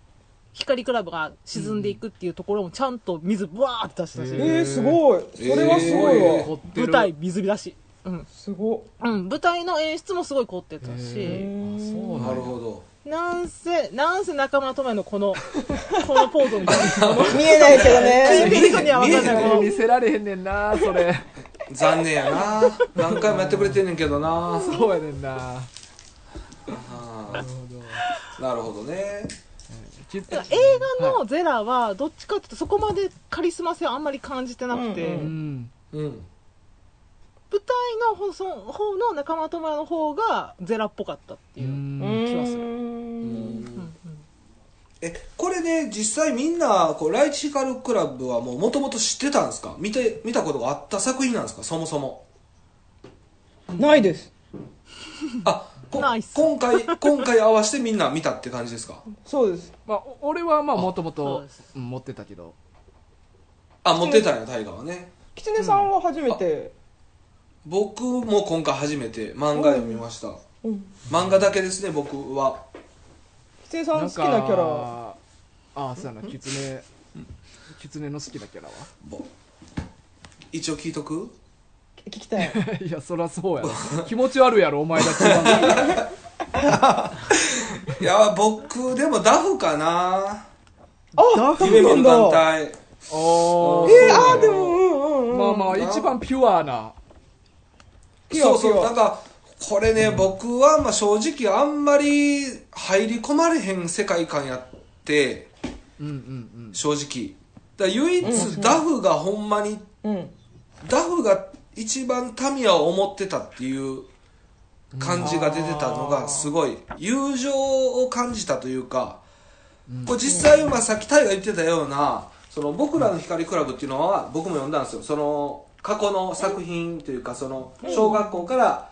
C: 光クラブが沈んでいくっていうところもちゃんと水バーって出したし、
A: へ
D: えー、すごい。それはすごい
B: え
A: 凝
D: わ。
A: ってる
C: 舞台水浸し。うん。
D: すご
C: うん、舞台の演出もすごい凝ってた
A: へ
C: し、
A: ーあそう
B: な
A: な
B: る
A: るほ
B: ほど
C: なんせ、なんせ中村智也のこ の、このポーズみたいな。
D: い。見えないけ
C: 聞
D: ど
C: い
D: ね。
C: てる人には分かんないこ
A: ど
C: の
A: 見せられへんねんなそれ
B: 残念やな何回もやってくれてんねんけどな
A: そうやねんな
B: あーなるほどね
A: きっと
C: 映画のゼラは、どっちかっていうとそこまでカリスマ性あんまり感じてなくて、
D: うんうん
A: うん
B: うん
C: 舞台のほその方の中村智也の方がゼラっぽかったっていう。
D: う
A: うん
D: ー
C: 気はす
D: ん。
C: うんうん
B: えこれね実際みんなこうライチヒカルクラブはもともと知ってたんですか見て見たことがあった作品なんですかそもそも
D: ないです。
B: あこ
C: ナイス
B: 今回今回合わせてみんな見たって感じですか
D: そうです。
A: まあお俺はまあもとも
C: そう
A: と
C: です
A: 持ってたけど
B: あ持ってたんや大河はね
D: 狐さんは初めて。
B: 僕も今回初めて漫画読みました、
D: うん
B: 漫画だけですね僕は
D: 狐さん好きなキャラ。
A: ああーそうやなキツネキツネの好きなキャラは
B: ぼ一応聞いと く
D: 聞きたい。
A: いやそらそう やな気持ち悪いやろお前だけ はい
B: や僕でもダフかな
D: あ、ダ
B: 夢
D: メ
B: 見る
D: なん
B: 団
D: だ。
B: 体
A: あー
B: えー
D: あー、でも、うんうんうん。
A: まあまあ一番ピュアな
D: ピュ
B: そ
D: ア
B: うそ
D: ピュ
B: う
D: ア
B: なんかこれね、僕はまあ正直あんまり入り込まれへん世界観やって
A: うん うん
B: 正直だから唯一ダフがほんまに
D: うん。
B: ダフが一番タミヤを思ってたっていう感じが出てたのがすごい友情を感じたというか、これ実際、まあ、さっきタイが言ってたようなその僕らの光クラブっていうのは僕も読んだんですよその過去の作品というかその小学校から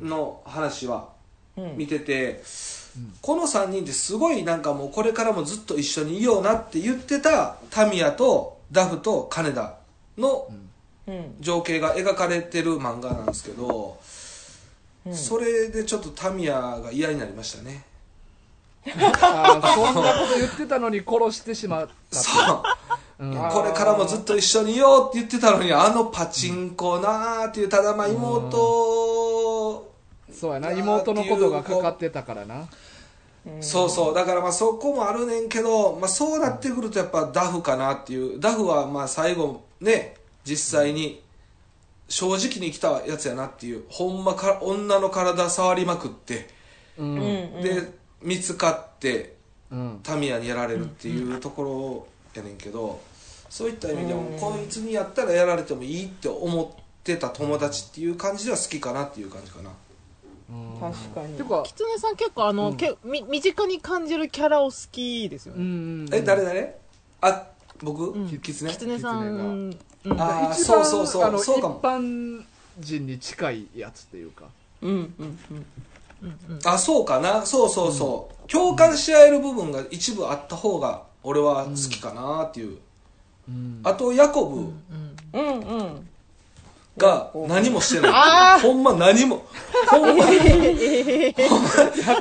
B: の話は見てて、この3人ってすごいなんかもうこれからもずっと一緒にいようなって言ってたタミヤとダフと金田の
D: うん
B: 情景が描かれてる漫画なんですけど、それでちょっとタミヤが嫌になりましたね
A: あーそんなこと言ってたのに殺してしまったと
B: そう
A: うん
B: これからもずっと一緒にいようって言ってたのにあのパチンコなーっていうただまあ妹
A: そうやな妹のことがかかってたからな
B: そうそうだからまあそこもあるねんけど、まあ、そうなってくるとやっぱダフかなっていうダフはまあ最後ね実際に正直に来たやつやなっていうほんまか女の体触りまくって
A: うん
D: う
A: うんん、
B: で見つかって
A: うん
B: タミヤにやられるっていうところやねんけどそういった意味でもこいつにやったらやられてもいいって思ってた友達っていう感じでは好きかなっていう感じかな
D: 確かに
A: てか
C: キツネさん結構あの、けみ身近に感じるキャラを好きですよ
A: う
C: ね、
A: ん
B: え誰誰あ僕キツネ
C: キツネさん、
A: 狐が
C: うん、
B: あー
A: 一
B: そ
A: 番
B: うそう
A: あ
B: そ
A: の
B: うそうかも
A: 一般人に近いやつっていうか
D: うんうんうん
B: あそうかなそうそうそう、共感し合える部分が一部あった方が俺は好きかなってい
A: う
B: う、
A: ん
B: あとヤコブ
D: うんうん
B: が何もしてない、
D: あ
B: ほんま何もほんまに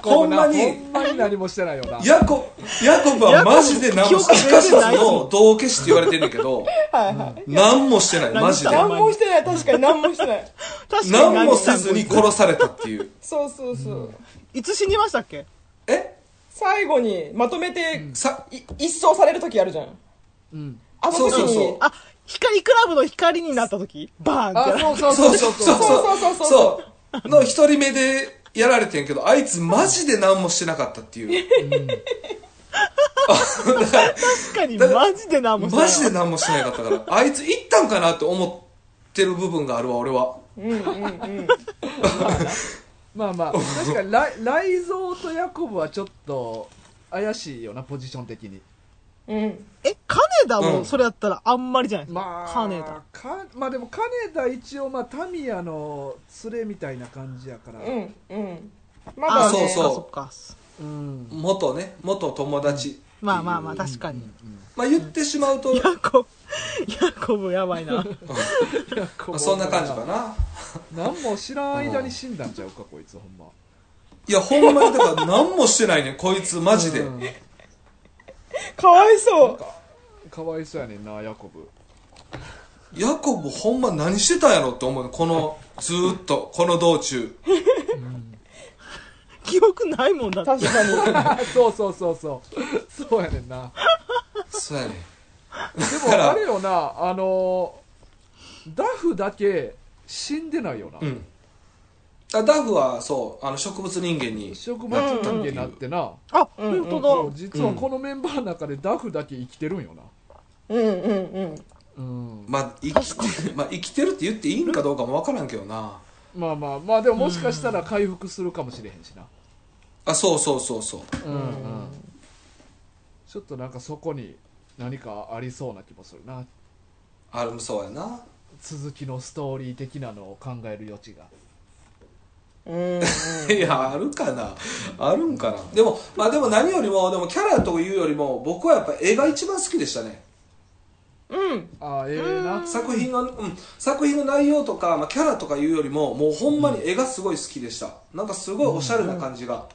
B: ほんまに
A: ほんまに何もしてないよな
B: ヤコヤコブはマジで何もしてないイカサスの道化師って言われてんねんけど
D: はいはい
B: 何も してないマジで
D: 何もしてない確かに何もしてない
C: 確かに
B: 何もせずに殺されたっていう
D: そうそうそう
C: いつ死にましたっけ
B: え
D: 最後にまとめて
B: さ
D: い一掃される時あるじゃん
A: うん
D: あの時に
B: そうそうそう
C: あ光クラブの光になった時バーンって
A: あ
C: な
A: そうそう
B: そ
A: そうう
B: そ
A: そううそう
B: そうそう
D: そうそ
B: そう
D: うそう
B: の一人目でやられてんけどあいつマジで何もしてなかったっていう
C: 確かにマジで何もしてな
B: マ
C: い
B: ジで何もしなかったからあいつ行ったんかなって思ってる部分があるわ俺は
A: まあまあ確かにライ雷蔵とヤコブはちょっと怪しいよなポジション的に
D: うん
C: え金田
B: う
C: も
B: ん
C: それやったらあんまりじゃないですか、
A: まあ
C: 金田
A: かまあでも金田一応まあタミヤの連れみたいな感じやから
D: うんうんま
C: あ
D: だ
C: あ
B: そう
D: ね
B: そう
C: っかそっか
A: うん
B: 元ね元友達
C: まあまあまあ確かに、
B: まあ言ってしまうと、
C: ヤコブヤコブやばいな
A: ヤコブ
B: ま
A: は
B: あそんな感じかな
A: 何も知らん間に死んだんちゃうかこいつほんま
B: いやほんまにだから何もしてないねんこいつマジで、
A: うん
D: かわいそう
A: かわいそうやねんなヤコブ
B: ヤコブほんま何してたんやろって思うのこのずーっとこの道中
C: 記憶ないもんだって
D: 確かに
A: あそうそうそうそうそうやねんな
B: そうやねん
A: でもあれよなあのダフだけ死んでないよな、
B: うんあダフはそうあの植物人間に
A: 植物関係になってな、
C: あ
D: うんうんうん
C: 本当だ、
A: そう実はこのメンバーの中でダフだけ生きてるんよな
D: うんうんうん
A: うん
B: まあ生き てまあ生きてるって言っていいんかどうかもわからんけどな
A: まあまあまあでももしかしたら回復するかもしれへんしな
B: あそうそうそうそう
A: うんうんちょっとなんかそこに何かありそうな気もするな
B: あれもそうやな
A: 続きのストーリー的なのを考える余地が
D: うん
B: いや、あるかなあるんかなでも、まあでも何よりも、でもキャラというよりも、僕はやっぱ絵が一番好きでしたね。
D: うん
A: ああええな
B: 作品の、うん、作品の内容とか、まあキャラとかいうよりも、もうほんまに絵がすごい好きでした。なんかすごいおしゃれな感じが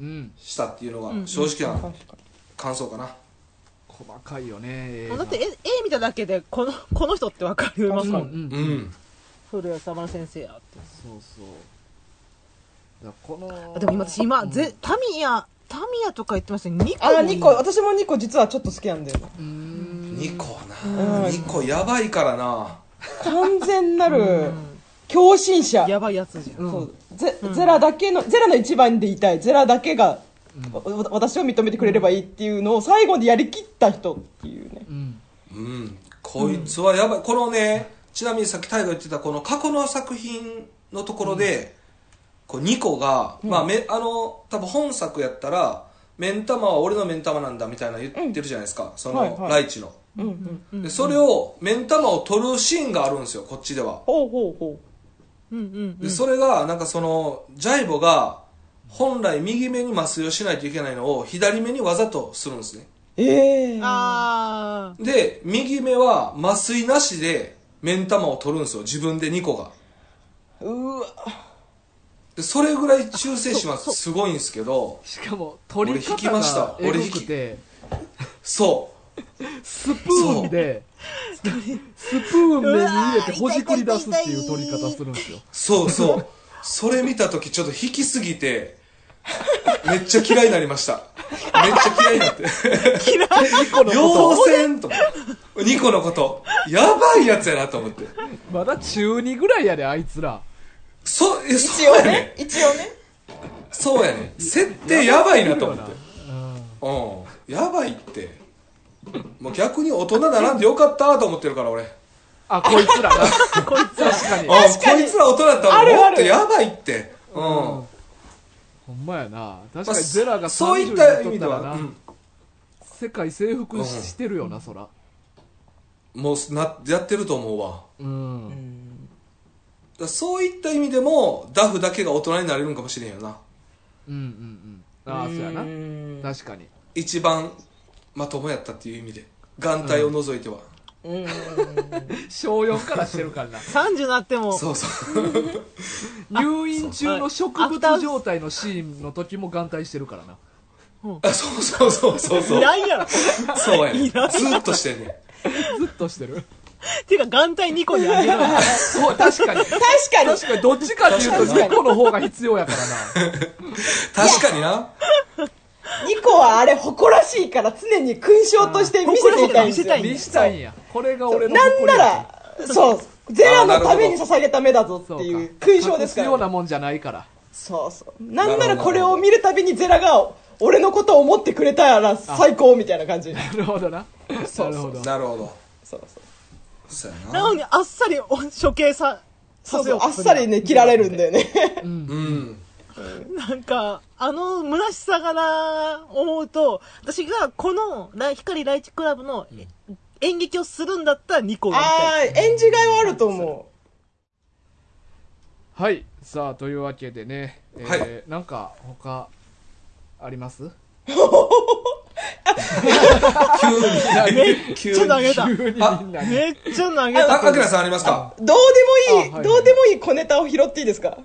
A: うん
B: したっていうのが、正直
D: 確
B: な
D: かに
B: 感想かな。
A: 細かいよね
C: だって絵絵見ただけでこのこの人って分かりま
A: う
C: す
A: ん
C: も
A: うん
C: ん
B: うんん。
C: 古谷様の先生やって
A: そうそうだからこの
C: あでも今私今、ぜタミヤタミヤとか言ってましたね2個
D: あー2個私も2個実はちょっと好きなんだよね
A: うーん
B: ニコな
D: うん
B: ニコやばいからな
D: 完全なる狂信者
C: やばいやつじゃん、
A: うん
D: そうゼゼラだけのゼラの一番でいたいゼラだけが、わわ私を認めてくれればいいっていうのを最後でやりきった人っていうね
A: うん
B: うん。こいつはやばい。このね、ちなみにさっきタイが言ってた、この過去の作品のところで、こう2個が、まあめあの多分本作やったら「目ん玉は俺の目ん玉なんだ」みたいな言ってるじゃないですか、その、
D: はいはい
B: ライチの、
D: うんうん。
C: うん
B: でそれを目ん玉を取るシーンがあるんですよこっちでは
D: ほうほうほ
C: うんうんう
B: で
C: ん
B: それがなんかそのジャイボが本来右目に麻酔をしないといけないのを左目にわざとするんですね
D: う。ええ
C: あー
B: で右目は麻酔なしで目ん玉を取るんですよ自分で2個が
D: うわ。
B: でそれぐらい修正しますすごいんですけど
A: しかも取り
B: 俺引き
A: 方
B: ました
A: がエグくて
B: そう
A: スプーンでスプーンで入れてほじくり出すっていう取り方するんですよ
B: そうそう。それ見たときちょっと引きすぎて、めっちゃ嫌いになりました。めっちゃ嫌いになって。
A: 一個のこ
B: 妖精と思って。ニコのこと、やばいやつやなと思って。
A: とまだ中2ぐらいやであいつら
B: そ、え、そう
D: 一応
B: や
D: ね
B: ね。。
D: 一応ね。
B: そうやね。設定やばいなと思って。
A: うん
B: うん。やばいって。もう逆に大人だなんでよかったと思ってるから俺。うん。
A: あこいつら なこいつ確かに
B: こいつら大人だった
D: ある
B: ら
D: ある
B: もっとやばいって。うん。
A: ほんまやな確かにゼラが
B: そ
A: 30
B: うい
A: に
B: った意
A: とっ
B: 味で
A: たら
B: は、
A: な
B: うん
A: 世界征服ししてるよなそら
B: もうな、やってると思うわ。
A: うん
B: だからそういった意味でもダフだけが大人になれるんかもしれんよな
A: うんうんうんああそうやな
D: うん
A: 確かに
B: 一番まともやったっていう意味で眼帯を除いては、
D: うん。
A: 小4からしてるからな
C: 30になっても
B: そうそう
A: 入院中の植物状態のシーンの時も眼帯してるからな
B: あそうそうそうそうそ
C: いうらんやろ っ
B: そうやねずーっとしてんね
A: ずっとしてる
C: ていうか眼帯2個に あげるの
A: そう確かに
D: 確かに。
A: 確かにどっちかっていうと2個の方が必要やからな
B: 確かにな
D: ニコはあれ誇らしいから常に勲章として見せていたいんですよ
C: あー。
A: 見したいんやこれが俺の
D: なんなら、そう、ゼラのために捧げた目だぞって
A: 誇り
D: い
A: や
D: う
A: そう
D: 勲章ですか
A: 隠よう
D: ら。
A: なもんじゃないから
D: そうそう。なんならこれを見るたびにゼラが、俺のことを思ってくれたら最高みたいな感じ。
A: なるほどなな
D: そう
A: る
D: そ
A: ほ
D: う
A: ど
B: なるほど
D: そうそう。
B: そうや
C: な
B: な
C: のにあっさりお処刑ささ
D: そう
C: せ
D: そ
C: よ
D: う
C: う
D: あ
C: と
D: っ
C: す
D: さりね、切られるんだよね。
B: うん
C: なんか、あの虚しさがな、思うと、私がこのライ光ライチクラブの演劇をするんだったらニコが見たい。
D: ああ、演じがいはあると思
A: はいさあというわけでね、えー
B: は
A: なんか他あります
B: 急に急
C: ちょっ
B: にあ
C: と投げた。
A: 急にみんなに
C: めっちゃ投げ
B: あ
C: た。
B: きらさんありますか
D: う。どうでもいい、
A: あはい
D: どうでもいい小ネタを拾っていいですか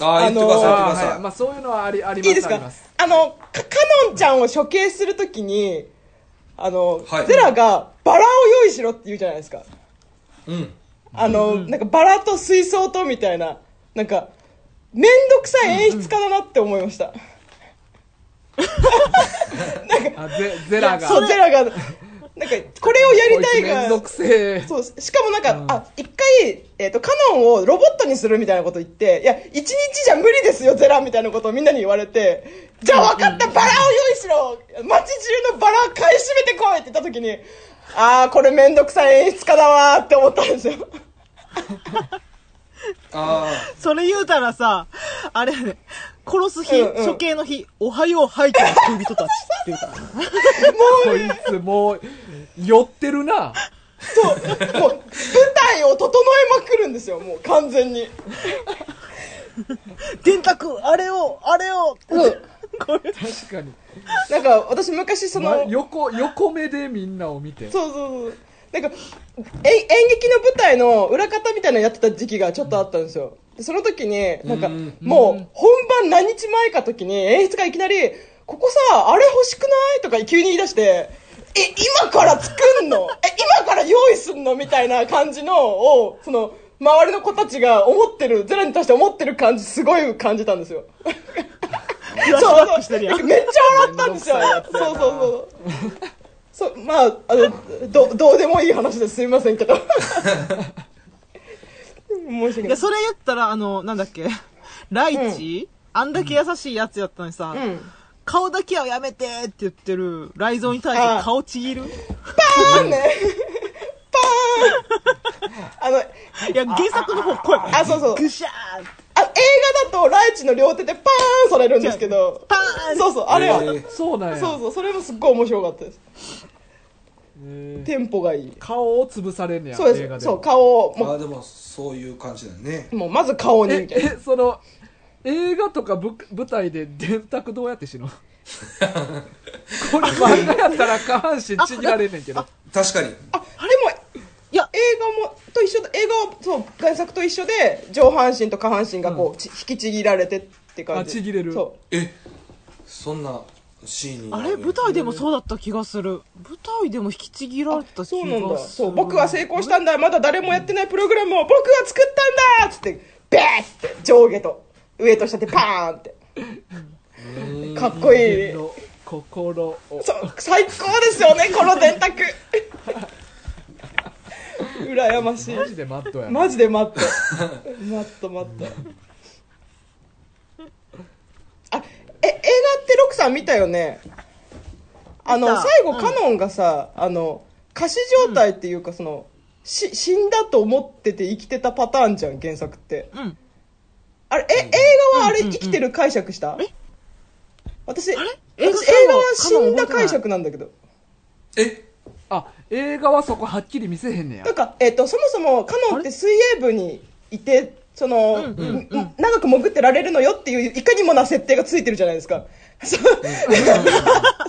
B: あー言ってく
A: あ
B: ださい言っ
A: ー
B: てくだ
A: は
B: さ
A: い
B: い、
A: まあ、そういうのはありあります
D: いいです
A: あり
D: か
A: ます
D: あの、か、かのんちゃんを処刑するときに、あの、
B: はい
D: ゼラがバラを用意しろって言うじゃないですか。
B: うん
D: あの、なんかバラと水槽とみたいな、なんか、めんどくさい演出家だなって思いました。
A: あゼゼラが
D: そう、ゼラが、なんか、これをやりたい
A: こつめん
D: が
A: ど、くせえ
D: そう、しかもなんか、あ、一回、えっ、と、カノンをロボットにするみたいなこと言って、いや、一日じゃ無理ですよ、ゼラみたいなことをみんなに言われて、じゃあ分かった、バラを用意しろ街中のバラ買い占めてこいって言った時に、あー、これめんどくさい演出家だわーって思ったん ですよ。
B: あ
C: それ言うたらさ、あれやね、殺す日、
D: うんうん
C: 処刑の日、おはよう、ハイキの恋人たちっていうから。
A: こいつもう寄ってるな
D: そう、もう、舞台を整えまくるんですよ、もう完全に。
C: 電卓、あれを、あれを、
D: うん
C: これ、
A: 確かに、
D: なんか、私昔その、
A: ま、横横目でみんなを見て
D: そうそうそう。なんか、え演劇の舞台の裏方みたいなのやってた時期がちょっとあったんですよ。でその時に、なんか
B: うん、
D: もう、本番何日前か時に演出がいきなり、ここさ、あれ欲しくないとか急に言い出して、え、今から作んのえ、今から用意すんのみたいな感じのを、その、周りの子たちが思ってる、ゼラに対して思ってる感じ、すごい感じたんですよ。
C: フラッシュバックしてるやん。
D: めっちゃ笑ったんですよ。そうそうそう。そう、まあ、あの、ど、どうでもいい話です。すみませんけど。申し訳
C: い
D: な
C: や、
D: い。
C: それ言ったら、あの、なんだっけ、ライチ、あんだけ優しいやつやったのにさ、
D: うん。
C: 顔だけはやめてって言ってる、ライゾンに対して顔ちぎる
D: パーンね。パーンあの、
C: いや、原作の方、これ、
D: あそうそう
C: ぐしゃーって。
D: あ、映画だとライチの両手でパーンされるんですけど
C: パーン
D: そうそうあれは、
B: えー
A: そうなんや
D: そうそうそれもすっごい面白かったです
A: えー
D: テンポがいい
A: 顔を潰されんねや
D: そう
A: 映画
D: で
A: です
D: そう顔を
B: ま
D: も
B: あでもそういう感じだよね
D: うもうまず顔に
A: え
D: みたいな
A: えその映画とかぶ舞台で電卓どうやって 死ぬのこれ漫画やったら下半身ちぎられんねんけど
B: 確かに
D: あでも
C: いや
D: 映画もと一緒だ映画はそう原作と一緒で上半身と下半身がこう、ち引きちぎられてって感じ
A: あちぎれる
D: そ
B: えそんなシーンにな
C: あ
B: る
C: れ舞台でもそうだった気がする舞台でも引きちぎられた
D: う
C: 気
D: そうなん
C: が
D: だ
C: す
D: そ
C: る
D: う僕は成功したんだまだ誰もやってないプログラムを僕が作ったんだっつってベーって上下と上と下でパーンってかっこいい
A: 人間の心を
D: そう最高ですよねこの電 卓羨ましい
A: マジでマットやな
D: マジで待って待った待った あえ映画ってロクさん見たよねあの
C: 見た
D: 最後、
C: うん
D: カノンがさあの仮死状態っていうかその、し死んだと思ってて生きてたパターンじゃん原作って
C: うん
D: あれえ映画はあれ生きてる解釈した、
C: え
D: 私
C: あれ
D: 私
C: え
D: 映画は死ん
C: カノン覚
D: だ
C: えてない
D: 解釈なんだけど
B: え
A: あ映画はそこはっきり見せへんねや
D: なんか、えっとそもそもカノンって水泳部にいてその、
C: うんうんうん
D: ん長く潜ってられるのよっていういかにもな設定がついてるじゃないですか。 そう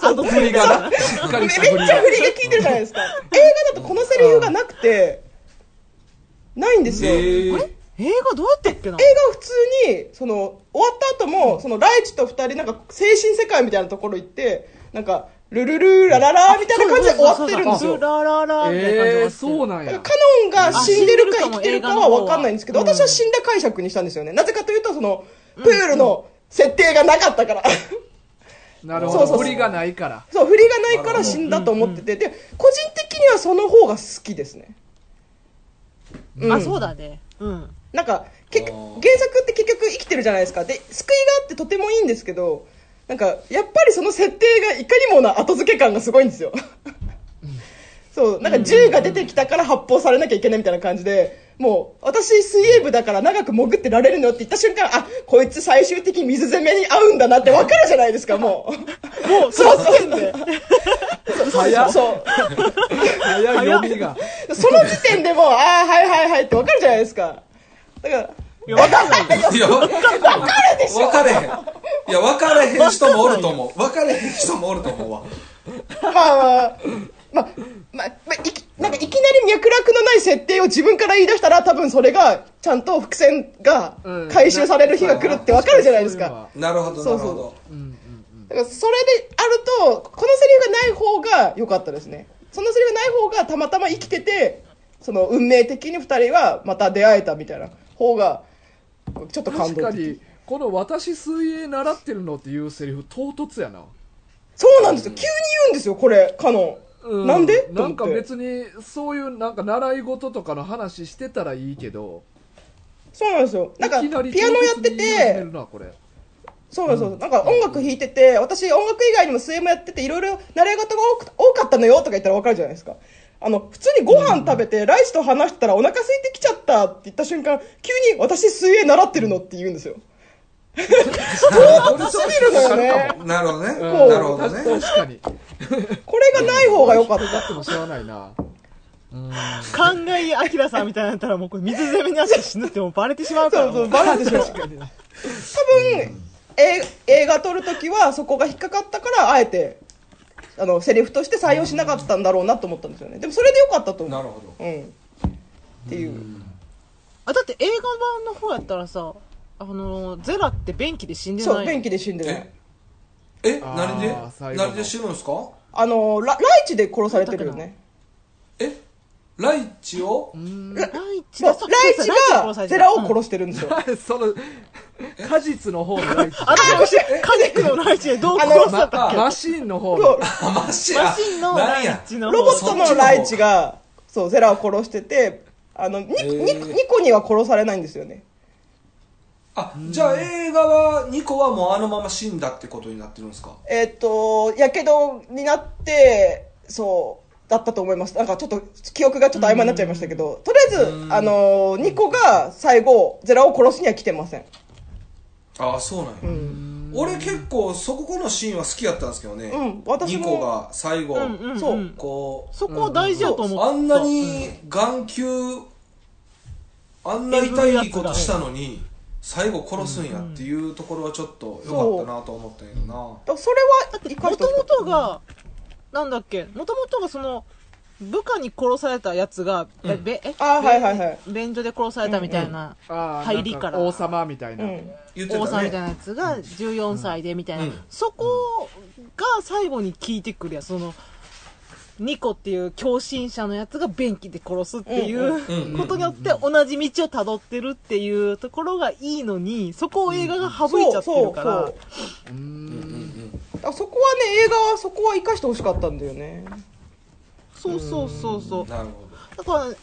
A: あと振りがなしっかり
D: めっ
A: し
D: ち
A: た振
D: ゃ振
A: り
D: り
A: が
D: が効いてるじゃないですか。映画だとこのセリフがなくて、ないんですよ。映
B: えー
C: 映画どうやってっけな
D: 画は普通に、その、終わった後も、その、ライチと二人、なんか、精神世界みたいなところ行って、なんか、ルルルラララみたいな感じで終わってるんですよ。
C: ラララみたいな感じで
A: えー、
C: 終わ
A: そう
C: ってる
A: なん
D: だから
A: や
D: カノンが死んでるか生きてるかは分かんないんですけど、
C: あ死んでるかも
D: 私は死んだ解釈にしたんですよね。なぜかというと、その、プールの設定がなかったから。
A: なる
D: そ
A: ほ
D: うそ
A: ど
D: うそう
A: 振りがないから
D: そう、振りがないから死んだと思ってて、で、個人的にはその方が好きですね。うん
C: あそうだねうん
D: なんか、結
B: あー
D: 局原作って結局生きてるじゃないですか。で、救いがあってとてもいいんですけど、なんか、やっぱりその設定がいかにもな後付け感がすごいんですよ。そう、なんか銃が出てきたから発砲されなきゃいけないみたいな感じで、もう、私水泳部だから長く潜ってられるのよって言った瞬間、あ、こいつ最終的に水攻めに合うんだなってわかるじゃないですか、も う。もう、そうそう。
A: 早っ
D: そう。
A: 早い読みが
D: その時点でもう、ああ、はいはいはいってわかるじゃないですか。だから、わかんない
B: いや、分かれでしょ分かれへん。いや、分かれへん人もおると思う。分かれへん人もおると思うわ。
D: まあまあ、まあ、まあ、まあ、いき、なんかいきなり脈絡のない設定を自分から言い出したら、多分それが、ちゃんと伏線が
A: うん
D: 回収される日が来るってわかるじゃないです
A: そういうの
D: か
A: は。
B: なるほど、な
D: そ
B: る
D: うそう
B: ほど。
A: うんうん
D: だからそれであると、このセリフがない方が良かったですね。そのセリフがない方がたまたま生きてて、その運命的に二人はまた出会えたみたいな方が、ちょっと感
A: 確
D: 動
A: か
D: 的
A: に。この「私水泳習ってるの」っていうセリフ唐突やな
D: そうなんですよ。急に言うんですよ、これ、カノン。
A: う
D: なんで
A: なんか
D: と思って
A: 別にそういうなんか習い事とかの話してたらいいけど
D: そうなんですよ。なんか、
A: いきり
D: ピアノやって
A: 唐突に言い始め
D: て
A: る、なこれ
D: そうなんですよ。なんか音楽弾いてて、私音楽以外にも水泳もやってて、いろいろ習い事が多く多かったのよとか言ったらわかるじゃないですか。あの、普通にご飯食べて、ライスと話したらお腹空いてきちゃったって言った瞬間、急に私水泳習ってるのって言うんですよ。
A: 唐突
D: すぎるのよね。
B: なるほどね。
D: こう
B: なるほどね。
A: 確かに
D: これがない方が良かっ
A: だって
D: た。
A: もしゃあないなうん
C: 考えあきらさんみたいになったらもうこれ水攻めに足死ぬってもうバレてしまうから
D: そうそう、バレてし まう。多
A: 確かにな
D: 分、え映画撮るときはそこが引っかかったから、あえて、あの、セリフとして採用しなかったんだろうなと思ったんですよね。でもそれで良かったと思
B: な
D: う。
B: るほど。
D: うん。っていう。
C: あだって映画版の方やったらさあのゼラって便器で死んでない
D: そう、便器で死んでる
B: え。え、
A: あー
B: 何で
A: 最後の
B: 何で死ぬんですか
D: あのラライチで殺されてるよね
B: えライチを
C: ライチ
D: そう
C: だ
D: ライ
C: そう
D: チ
C: そうそう
D: がゼラを殺してるんですよ、
A: その果実の方の ライチ
C: あの家族のライチでどう殺し
A: ま
C: たったっけ
A: マシーンの方
D: そ
A: の
D: う
B: あ、マシや。
C: マシンのラ
B: 何
C: イ
B: や。
C: チの
D: ロボットのライチ
B: が。
D: がそうゼラを殺しててあのニ,に、
B: へー
D: ニコには殺されないんですよね
B: あ、じゃあ映画は、ニコはもうあのまま死んだってことになってるんですか
D: えーっとやけどになってそうだったと思いますなんかちょっと記憶がちょっと曖昧になっちゃいましたけどとりあえずあのニコが最後ゼラを殺すには来てません
B: ああそうなんや、
D: うん、
B: 俺結構そこのシーンは好きやったんですけどね、
D: うん私も
B: ニコが最後、
C: うんうん、
D: そ
C: そううん。
B: こう
C: そこは大事だと思った。
B: あんなに眼球、あんな痛いことしたのに最後殺すんやっていうところはちょっと良かったなと思ったんやけどな、
D: だからそれ
C: だ
D: は
C: って、も
D: 生かして
C: と
D: ほしか
C: も
D: った
C: とが、なんだっけ、もともとがその、部下に殺されたやつが、え、
B: うん
C: べえ
D: あーはいはいはい
C: べ便所で殺されたみたいな、
A: あー
C: 入りから
A: なん王様みたいな、
D: うん
B: 言って
C: 王さ
B: た
C: んみたい
B: ね
C: なやつが14歳でみたいな、
B: うん
C: そこが最後に効いてくるやつそのニコっていう狂信者のやつが便器で殺すっていう、
B: うんうん
C: ことによって同じ道をたどってるっていうところがいいのにそこを映画が省いちゃってるから、
D: そうそう
A: うーん
B: うんうん
D: そうあそこはね映画はそこは生かしてほしかったんだよね
C: そうそうそうそう
B: うんなるほ
C: だから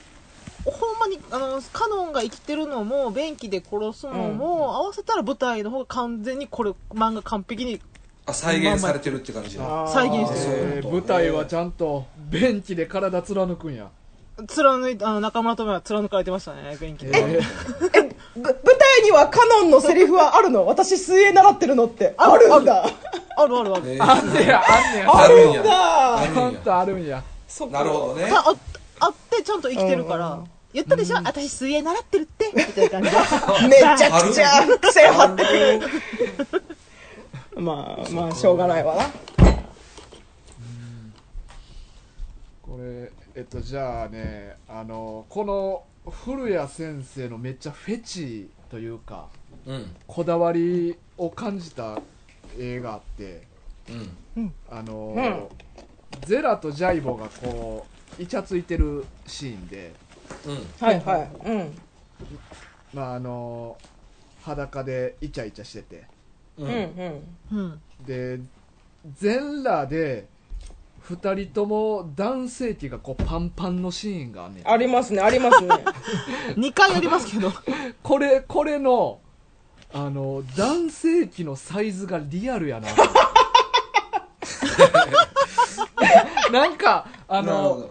C: ほんまにあのカノンが生きてるのも便器で殺すのも合わせたら舞台の方が完全にこれ漫画完璧に
B: どあ再現されてるって感じだ
A: あー
C: 再現して
B: る
A: えー舞台はちゃんとベンチで体貫くんや
C: 貫いあの中村智也は貫かれてましたね便器で。
A: え
D: えぶ舞台にはカノンのセリフはあるの私水泳習ってるのってあるんだ
C: あるあるある。
B: えー
A: あんねやあんねや
B: あ
D: あ
B: る
D: る
B: ん
D: ん
B: や
D: だ
B: あるん
A: ちゃ
B: や
A: んとあるんや
D: そっか
B: なるほどね
C: さああってちゃんと生きてるから、
D: うんうん
C: 言ったでしょ、私水泳習ってるってみたいな感じで
D: めちゃくちゃ癖張ってくるまあまあしょうがないわな
A: これえっとじゃあねあのこの古谷先生のめっちゃフェチというか
B: うん
A: こだわりを感じた映画あって
B: うん
A: あの、ゼラとジャイボがこうイチャついてるシーンで
B: うん
D: はいはいうん
A: まああの裸でイチャイチャしてて
B: う
D: うんん
B: うん
D: う
C: う
D: ん
C: ん
A: で全裸で2人とも男性器がこうパンパンのシーンがあんねん
D: ありますねありますね
C: 2回やりますけど
A: これこれのあの男性器のサイズがリアルやななんかあ
B: なるほ
A: の
B: ど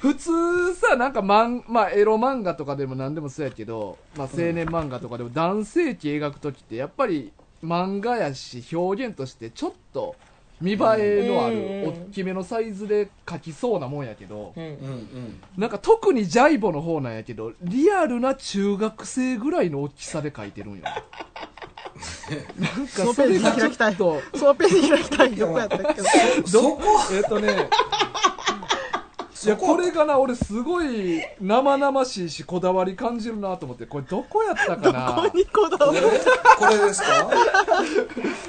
A: 普通さなんかマン、まあ、エロ漫画とかでも何でもそうやけど、まあ、青年漫画とかでも男性器描く時ってやっぱり漫画やし表現としてちょっと見栄えのあ
D: うん
A: る
D: うん
A: 大きめのサイズで描きそうなもんやけど
D: う
B: うん
D: ん
B: うん
A: なんか特にジャイボの方なんやけどリアルな中学生ぐらいの大きさで描いてるん よなんかそれがちょっと
C: そのページ開きたいどこやったっけ
B: そこ
A: えっとねい
B: そ
A: や
B: こ
A: これがな俺すごい生々しいしこだわり感じるなと思ってこれどこやったかな
C: どこにこだわ
B: これ
C: る
B: これですか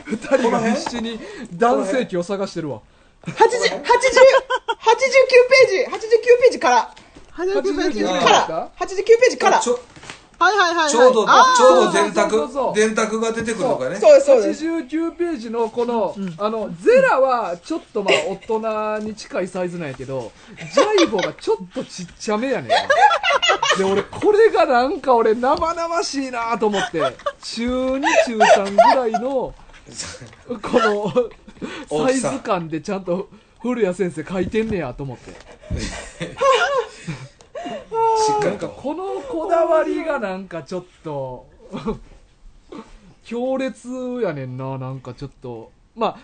A: 2人が必死に男性器を探してるわ
D: 80 80 89ページ89ページから
C: 早くページ
A: 89
D: か
B: あ
D: ら89ページから
B: ち
D: そう
B: ょ
C: はいはいはい、はい、
B: ちょうど
C: あ
B: ちょうど電
A: そうそうそう
B: 卓電卓が出てくるのかね
D: ですそうです
A: 89ページのこの、あの、ゼラはちょっとまあ大人に近いサイズなんやけど、ジャイボがちょっとちっちゃめやねん。で、俺、これがなんか俺生々しいなと思って、中2、中3ぐらいの、この、サイ
B: 大きさ
A: ズ感でちゃんと古谷先生書いてんねやと思って。
B: しっか
A: なん
B: り
A: か
B: と
A: このこだわりがなんかちょっと 強烈やねんななんかちょっとまあ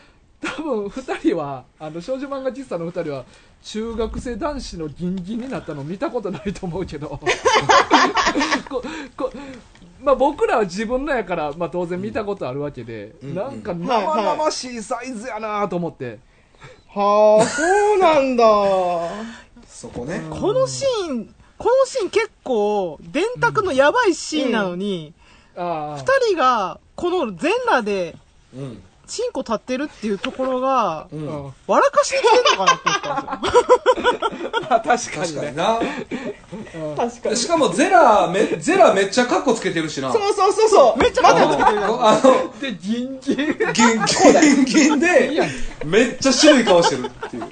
A: 多分2人はあの少女漫画喫茶の2人は中学生男子のギンギンになったの見たことないと思うけど ここまあ、僕らは自分のやから、まあ、当然見たことあるわけで、
B: うん
A: なんか
B: う
A: 生々しいサイズやなと思って、
D: はあそうなん だ
B: そこね
C: このシーンこのシーン結構電卓のやばいシーンなのに、
A: ああ
C: 二人がこの全裸で
B: うん
C: チンコ立ってるっていうところが
B: う
A: うん
B: ん
C: 笑かしてきてんのかなって思ったんですよ
A: あ確か
B: 確
A: に
B: かに
A: ね
B: な
D: 確かに
B: しかもゼラめゼラめっちゃカッコつけてるしな
D: そうそうそうそう
C: めっちゃ
B: あ
C: まだ
B: のあの
A: でギンギン
B: ギンギンギンでめっちゃ白い顔してるっていう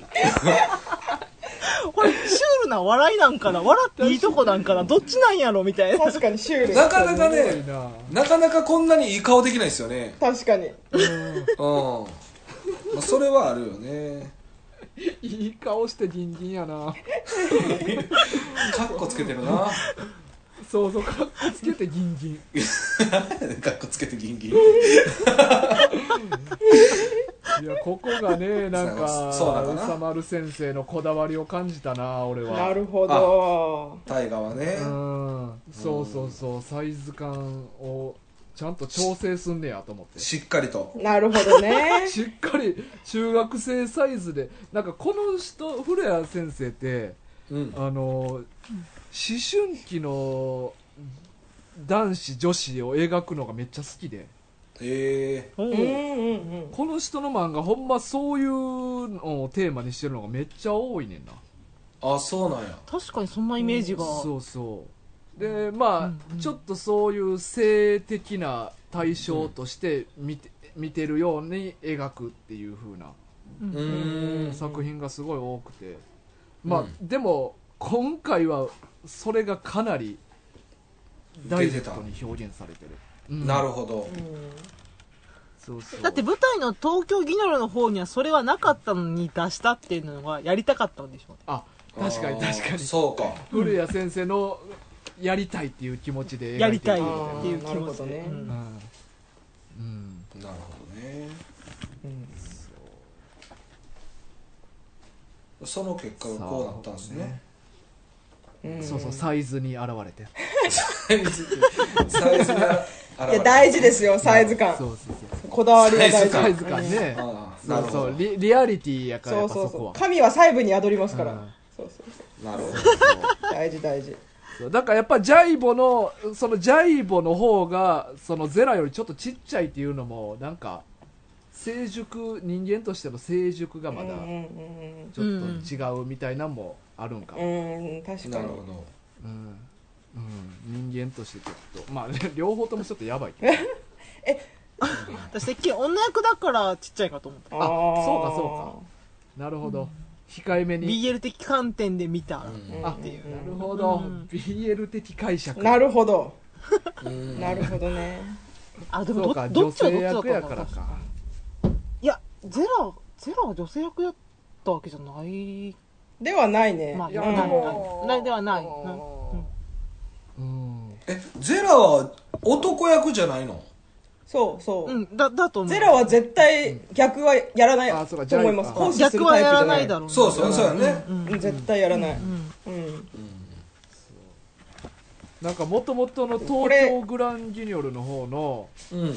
C: これシュールな笑いなんかな笑っていいとこなんかなどっちなんやろみたいな
D: 確かにシュール
B: なかなか
A: すごい
B: ね
A: な
B: なかなかこんなにいい顔できないですよね
D: 確かに
B: うんまあそれはあるよね
A: いい顔してギンギンやな
B: カッコつけてるな
A: そうそうかっこつけてギンギン
B: かっこつけてギンギン
A: いやここがねなんか
B: そうなのか
A: う
B: な
A: さまる先生のこだわりを感じたな俺は
D: なるほど
B: 大河はね
A: うんそうそうそうサイズ感をちゃんと調整すんねやと思って
B: しっかりと
D: なるほど ね
A: しっかり中学生サイズでなんかこの人古谷先生って
B: うん
A: あの思春期の男子女子を描くのがめっちゃ好きで
B: え
C: お
D: う
C: うん
D: うん
A: この人の漫画ほんまそういうのをテーマにしてるのがめっちゃ多いねんな
B: ー、あそうなんや
C: 確かにそんなイメージが。
A: そうそうでまあ、
C: うんうん
A: ちょっとそういう性的な対象として見て,、見てるように描くっていう風な
C: うん
B: うーん
A: 作品がすごい多くて、
B: うん
A: まあでも今回はそれがかなりダイレクトに表現されてる、うん
B: なるほど
A: そうそう
C: だって舞台の東京ギノルの方にはそれはなかったのに出したっていうのがやりたかったんでしょうね。
A: あ確かに
B: あー
A: 確かに
B: そうか
A: 古谷先生のやりたいっていう気持ちで
C: やりたい
A: うん
C: っていう
D: あーな
C: 気
D: る
C: 持
D: ほ
C: ち
D: ど
C: で。
D: ね
C: うん
A: うん
B: なるほどね
D: うん
B: その結果がこうなったんですね
D: うん
A: そうそうサイズに現れて
B: サイズサイズが現れ
D: い
B: た
D: や大事ですよサイズ感
A: そうそうそう
D: こだわりが
B: サイ
D: 大
B: ズ感
A: サイ
D: 事
A: ズ感ね
B: あー
A: そ
B: なる
A: う
B: ほ
A: そ
B: ど
A: うリリアリティやからや
D: そう
A: っぱそ
D: そう
A: こ
D: そ
A: は
D: う神は細部に宿りますから
A: うん
D: そうそうそ
B: なるほど
D: う大事大事
A: そうだからやっぱジャイボのそのジャイボの方がそのゼラよりちょっとちっちゃいっていうのもなんか成熟人間としての成熟がまだ
D: うん
A: ちょっと違うみたいなんもあるんか
D: うんうんうん確
B: な
D: か
B: る
D: に
B: ほど
A: うん、うん、人間としてちょっとまあね 両方ともちょっとやばいけど
C: 私てっきり女役だからちっちゃいかと思った。
D: あ
A: そうかそうなるほど控えめに
C: BL 的観点で見た。
B: うん
A: あ
D: っていう
A: なるほど、
C: うん
A: BL 的解釈
D: なるほど
B: うん
D: なるほどね
C: あ、で
A: そう
C: も
A: か
C: どど
A: 女
C: っちは
A: 性
C: どっち
A: 役
C: だっ
A: や
C: た
A: か
C: の
A: ら
C: か
A: か
C: いや、ゼラ、ゼラは女性役やったわけじゃない。
D: ではないね
C: まあ
A: いや
D: うん
A: でも
C: ないではない、
A: うん
B: えゼラは男役じゃないの
D: そうそううん
C: だ、だと思う。
D: ゼラは絶対逆はやらない
A: あそうか
D: と思います
A: ジャイアン
D: 行使す
C: 逆
D: る
C: は
D: タイプ
C: や
D: じ
C: ら
D: ゃな
C: ないいだろうね
B: そうそうそうやね
D: うん絶対やらない
C: うん。
D: うん
A: なんかもともとの東
D: これ
A: 京グランギニョルの方の
B: うん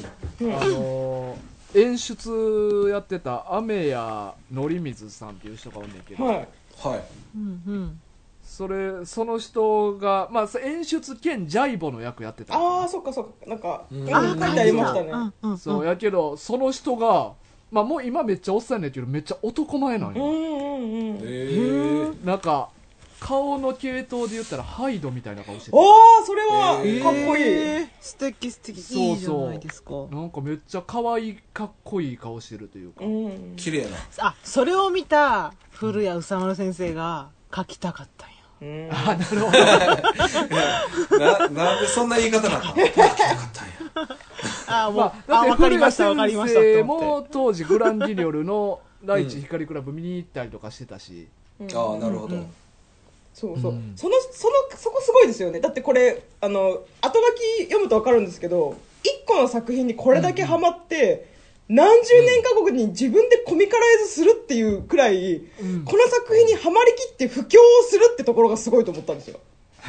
A: あのー演出やってた雨谷則水さんっていう人がおんねんけど、
D: はい
B: はい
C: うんうん。
A: それその人が、まあ、そ演出兼ジャイボの役やってた
D: ああそっかそっかなんか
B: うん
D: うん
B: あ
D: 書いてありましたね
C: うんうんうん
A: そうやけどその人が、まあ、もう今めっちゃおっさんやねんけどめっちゃ男前なん
D: う
A: よ、
D: んうんうん
B: ええ
A: なんか顔の系統で言ったらハイドみたいな顔してて
D: おーそれは
B: えー
D: かっこいい、
C: えー素敵素敵
A: そうそう
C: いいじゃないですか
A: なんかめっちゃ可愛いかっこいい顔してるというか、
D: うん
B: 綺麗な
C: あそれを見た古谷宇佐丸先生が書きたかったんや
D: う ん
A: あな るほど
B: ななんでそんな言い方なのかなよかったんや
C: あもう、
A: まあ、だ
C: あ
A: って
C: わか
A: 古
C: りま
A: 谷
C: したわかり
A: 先
C: ましたって
A: 生
C: 思っ
A: も当時グランディニョルの第一光クラブ見に行ったりとかしてたし、
B: ああなるほど、
C: うん
D: そうそう、
A: うん
D: そのそのそこすごいですよねだってこれあの後書き読むと分かるんですけど一個の作品にこれだけハマって、何十年か後に自分でコミカライズするっていうくらい、
A: うん
D: この作品にはまりきって布教をするってところがすごいと思ったんですよ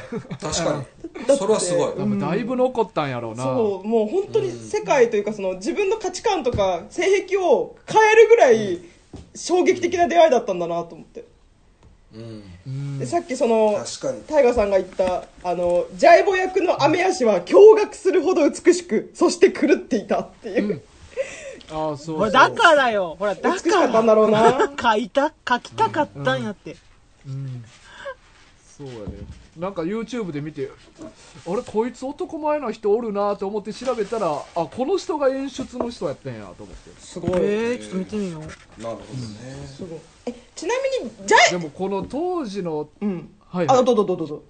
B: 確かにそれはすごい
A: 多分だいぶ残ったんやろうな、
D: そうもう本当に世界というかその自分の価値観とか性癖を変えるぐらい衝撃的な出会いだったんだなと思って、
B: うん
A: うん
D: でさっきその
B: 確かに
D: タイガさんが言った、あの、ジャイボ役の雨足は驚愕するほど美しく、そして狂っていたっていう。
A: ああそう
C: ほ
A: そ
C: ら
A: う
C: だからよほら
D: 美
C: だ
D: しか
C: か
D: ったん
C: ら
D: だろうな。
C: 書いた書きたかったんやって、
A: うん、そうやねなんか YouTube で見てあれこいつ男前な人おるなと思って調べたらあこの人が演出の人やったんやと思って
D: すごい。
C: えー、ちょっと見てみよう
B: なるほどね、
D: すごい。え、ちなみに、ジャ
A: でも
D: イ、
A: この当時の
D: うん。
A: はい、
D: あ、
A: はい、
D: どうぞどうぞどうぞ。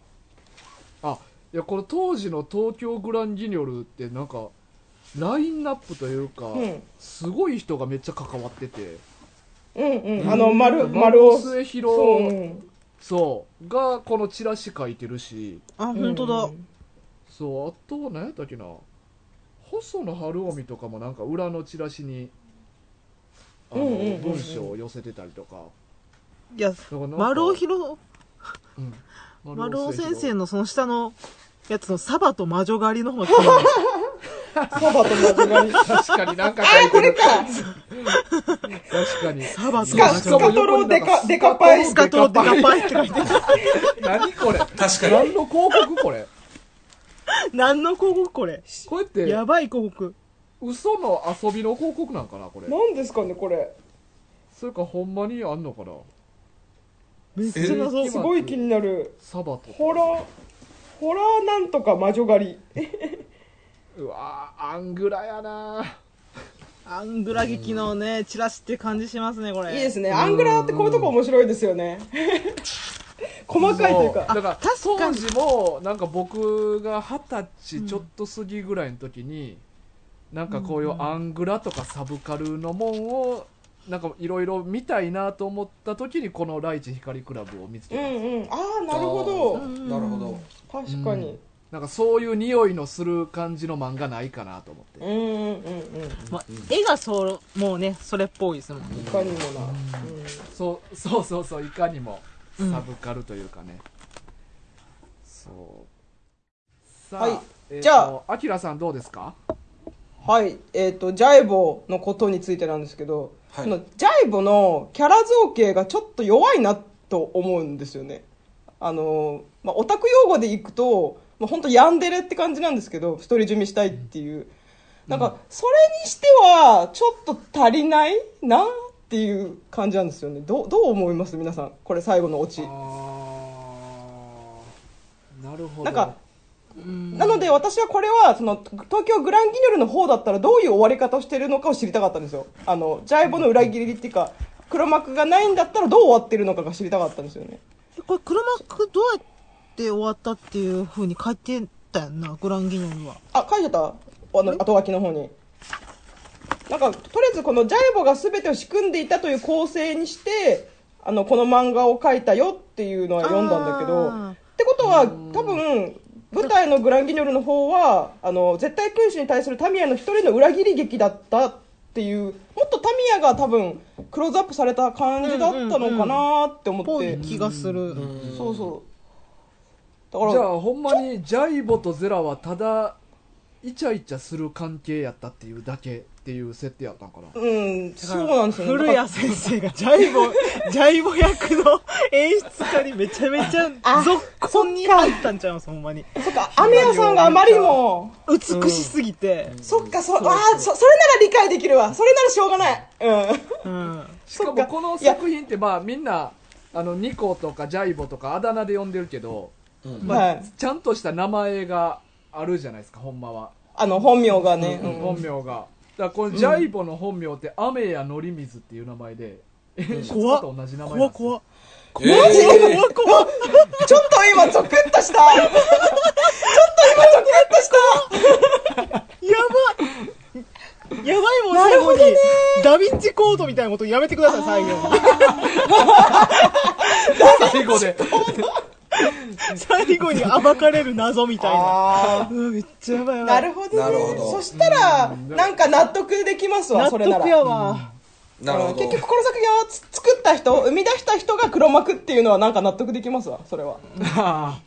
A: あいやこの当時の東京グランギニョルってなんかラインナップというか、
D: うん
A: すごい人がめっちゃ関わってて
D: うんうん。あの、丸、丸
A: 尾
D: を。
A: 末
D: そうう
A: 広
D: ん。
A: そうがこのチラシ書いてるし
C: あ本当だ、
D: うん
A: そうあと何やったっけな細野晴臣とかもなんか裏のチラシにあの
D: うんうんうんうん
A: 文章を寄せてたりとか
C: いや、
A: だからなんか
C: 丸尾博、
A: うん
C: 丸
A: 尾
C: 尾
A: 弘
C: 先生のその下のやつのサバと魔女狩りの方が気 になる。
D: サバとマジガリ。
A: 確かに 何か書いてる
D: か
A: 確かに
C: サバと
D: ス
C: 魔
D: カ、
C: 女
D: ス
C: 狩り
D: カトロデカ、デカパイ。
C: スカトロデカパイって書いてあ
A: 何これ
B: 確かに。
A: 何の広告これ
C: る。何の広告これ。
A: これって
C: やばい広告。
A: 嘘の遊びの広告なんかなこれ
D: 何ですかね、これ。
A: それかほんまにあんのかな
C: めっちゃ謎。
D: すごい気になる。
A: サバと
D: ホラー、ホラーなんとか魔女狩り。
A: うわーアングラやな
C: アングラ劇のね、チラシって感じしますね、これ。
D: いいですね。アングラーってこういうとこ面白いですよね。細かいという
A: そ
D: か。
A: だから
C: 確か
A: 当
C: に
A: 時もなんか僕が二十歳ちょっと過ぎぐらいの時に、なんかこういうアングラとかサブカルのもんをなんかいろいろ見たいなと思った時にこの「ライチ光クラブ」を見つけ
D: うん
A: た、
D: うん。ああ、なるほ
C: うん
B: なるほど。
D: ど。確かに。
A: なんかそういう匂いのする感じの漫画ないかなと思って
D: うんうんうんうん。
C: まあ、絵がそう、もうね、それっぽいですもん。
D: いかにもな。
A: そうそうそうそういかにも
C: うん
A: サブカルというかね、そうさあ、
D: はい
A: えーと
D: じゃあ
A: あきらさんどうですか
D: はい、えっ、と、ジャイボのことについてなんですけど、
B: はい
D: そのジャイボのキャラ造形がちょっと弱いなと思うんですよね。あの、まあ、オタク用語でいくと、まあ、本当ヤンデレって感じなんですけど、独り占めしたいっていう。なんか、それにしては、ちょっと足りないなっていう感じなんですよね。どう、どう思います皆さん。これ最後のオチ。
A: あーなるほど
D: なんか、
C: うん
D: なので私はこれはその東京グランギニョルの方だったらどういう終わり方をしてるのかを知りたかったんですよあのジャイボの裏切りっていうか黒幕がないんだったらどう終わってるのかが知りたかったんですよね
C: これ、黒幕どうやって終わったっていう風に書いてたやんな、グランギニョルは。
D: あ書いてたあの後書きの方になんかとりあえずこのジャイボが全てを仕組んでいたという構成にしてあのこの漫画を書いたよっていうのは読んだんだけど
C: あー
D: ってことは多分舞台のグランギニョルの方はあの絶対君主に対するタミヤの一人の裏切り劇だったっていうもっとタミヤが多分クローズアップされた感じだったのかなって思って、
C: ぽい気がする。
D: そうそう
A: じ
D: だから
A: ゃあほんまにジャイボとゼラはただイチャイチャする関係やったっていうだけっていう設定やったんかな
D: うんそうなんですよね
C: 古谷先生がジャイボ、 ジャイボ役の演出家にめちゃめちゃ
D: あ
C: ぞっこんに入ったんちゃいます、ほんまに。
D: そっか、雨屋さんがあまりにも、
C: 美しすぎて。
D: そっか、そ、ああ、そ、それなら理解できるわ。それならしょうがない。
C: うん。
A: しか
D: そっか
A: もこの作品ってまあみんなあのニコとかジャイボとかあだ名で呼んでるけど、
B: うん
D: うん。
A: まあ
D: はい。
A: ちゃんとした名前があるじゃないですかほんまは、
D: あの、本名がね。うん
A: 本名がだからこのジャイボの本名って雨やのり水っていう名前で、演出家と同じ名前なんで
C: 怖
A: すよ
C: 怖。
B: えー
C: 怖怖。
D: ちょっと今、ゾクッ とした。ちょっと今、ゾクッとした。
C: やばい。やばいもん、
D: な
C: 最
D: る
C: 後
D: ほど
C: に
D: ね。
C: ダヴィンチコードみたいなことやめてください、最後に。
A: 最後で
C: 最後に暴かれる謎みたいな。
D: あ
C: うわめっちゃやばいや
D: あ。
C: ば。
D: ないるほどね。
B: なるほど
D: そしたら、なんか納得できますわ、
C: 納
D: それなら。
C: 得やわ。
B: なるほ
D: 結
B: ど。
D: 局この作品をつ作った人生み出した人が黒幕っていうのはなんか納得できますわそれは
A: あ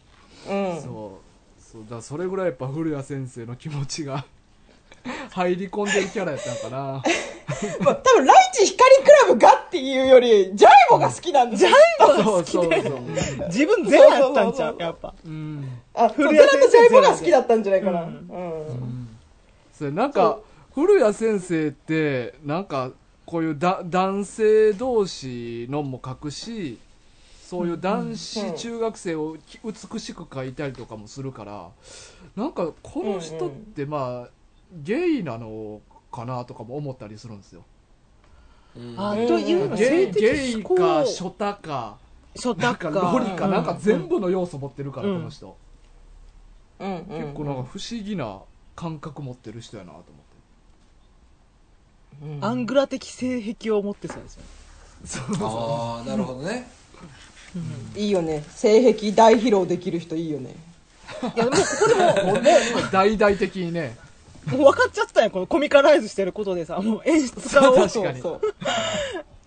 D: うん
A: あそうそうだからそれぐらいやっぱ古谷先生の気持ちが 入り込んでるキャラやったんかな
D: まあ多分ライチ光クラブがっていうよりジャイボが好きなんですジャイ
A: そうそうそう
C: 自分ゼロやったんちゃうやっぱ。
A: うん
D: あ、そう
C: 古
D: ゼ
C: 谷先生
D: ラとジャイボが好きだったんじゃないかな。うん。
A: それなんか古谷先生ってなんかこういうだ男性同士のも書くしそういう男子中学生をき美しく描いたりとかもするからなんかこの人ってまあゲイなのかなとかも思ったりするんですよ
B: うん
C: あ、
D: うん
C: というの
A: ゲ
C: 性
A: イ
C: 的
A: ゲ
C: 指
A: イ
C: 向
A: かショタか
C: 初
A: なん
C: タ
A: かロリかなんか全部の要素持ってるから
C: うん
A: この人
D: うん。
A: 結構なんか不思議な感覚持ってる人やなと思って
D: うん
C: アングラ的性癖を持ってそうですよね
A: そう
B: ああ、なるほどね。
D: いいよね。性癖大披露できる人いいよね。
C: いや、もうここでも
A: もうね大々的にね
C: う、もう分かっちゃってたんやんこのコミカライズしてることでさ、もう演出家を、
A: 確かに
D: そうそう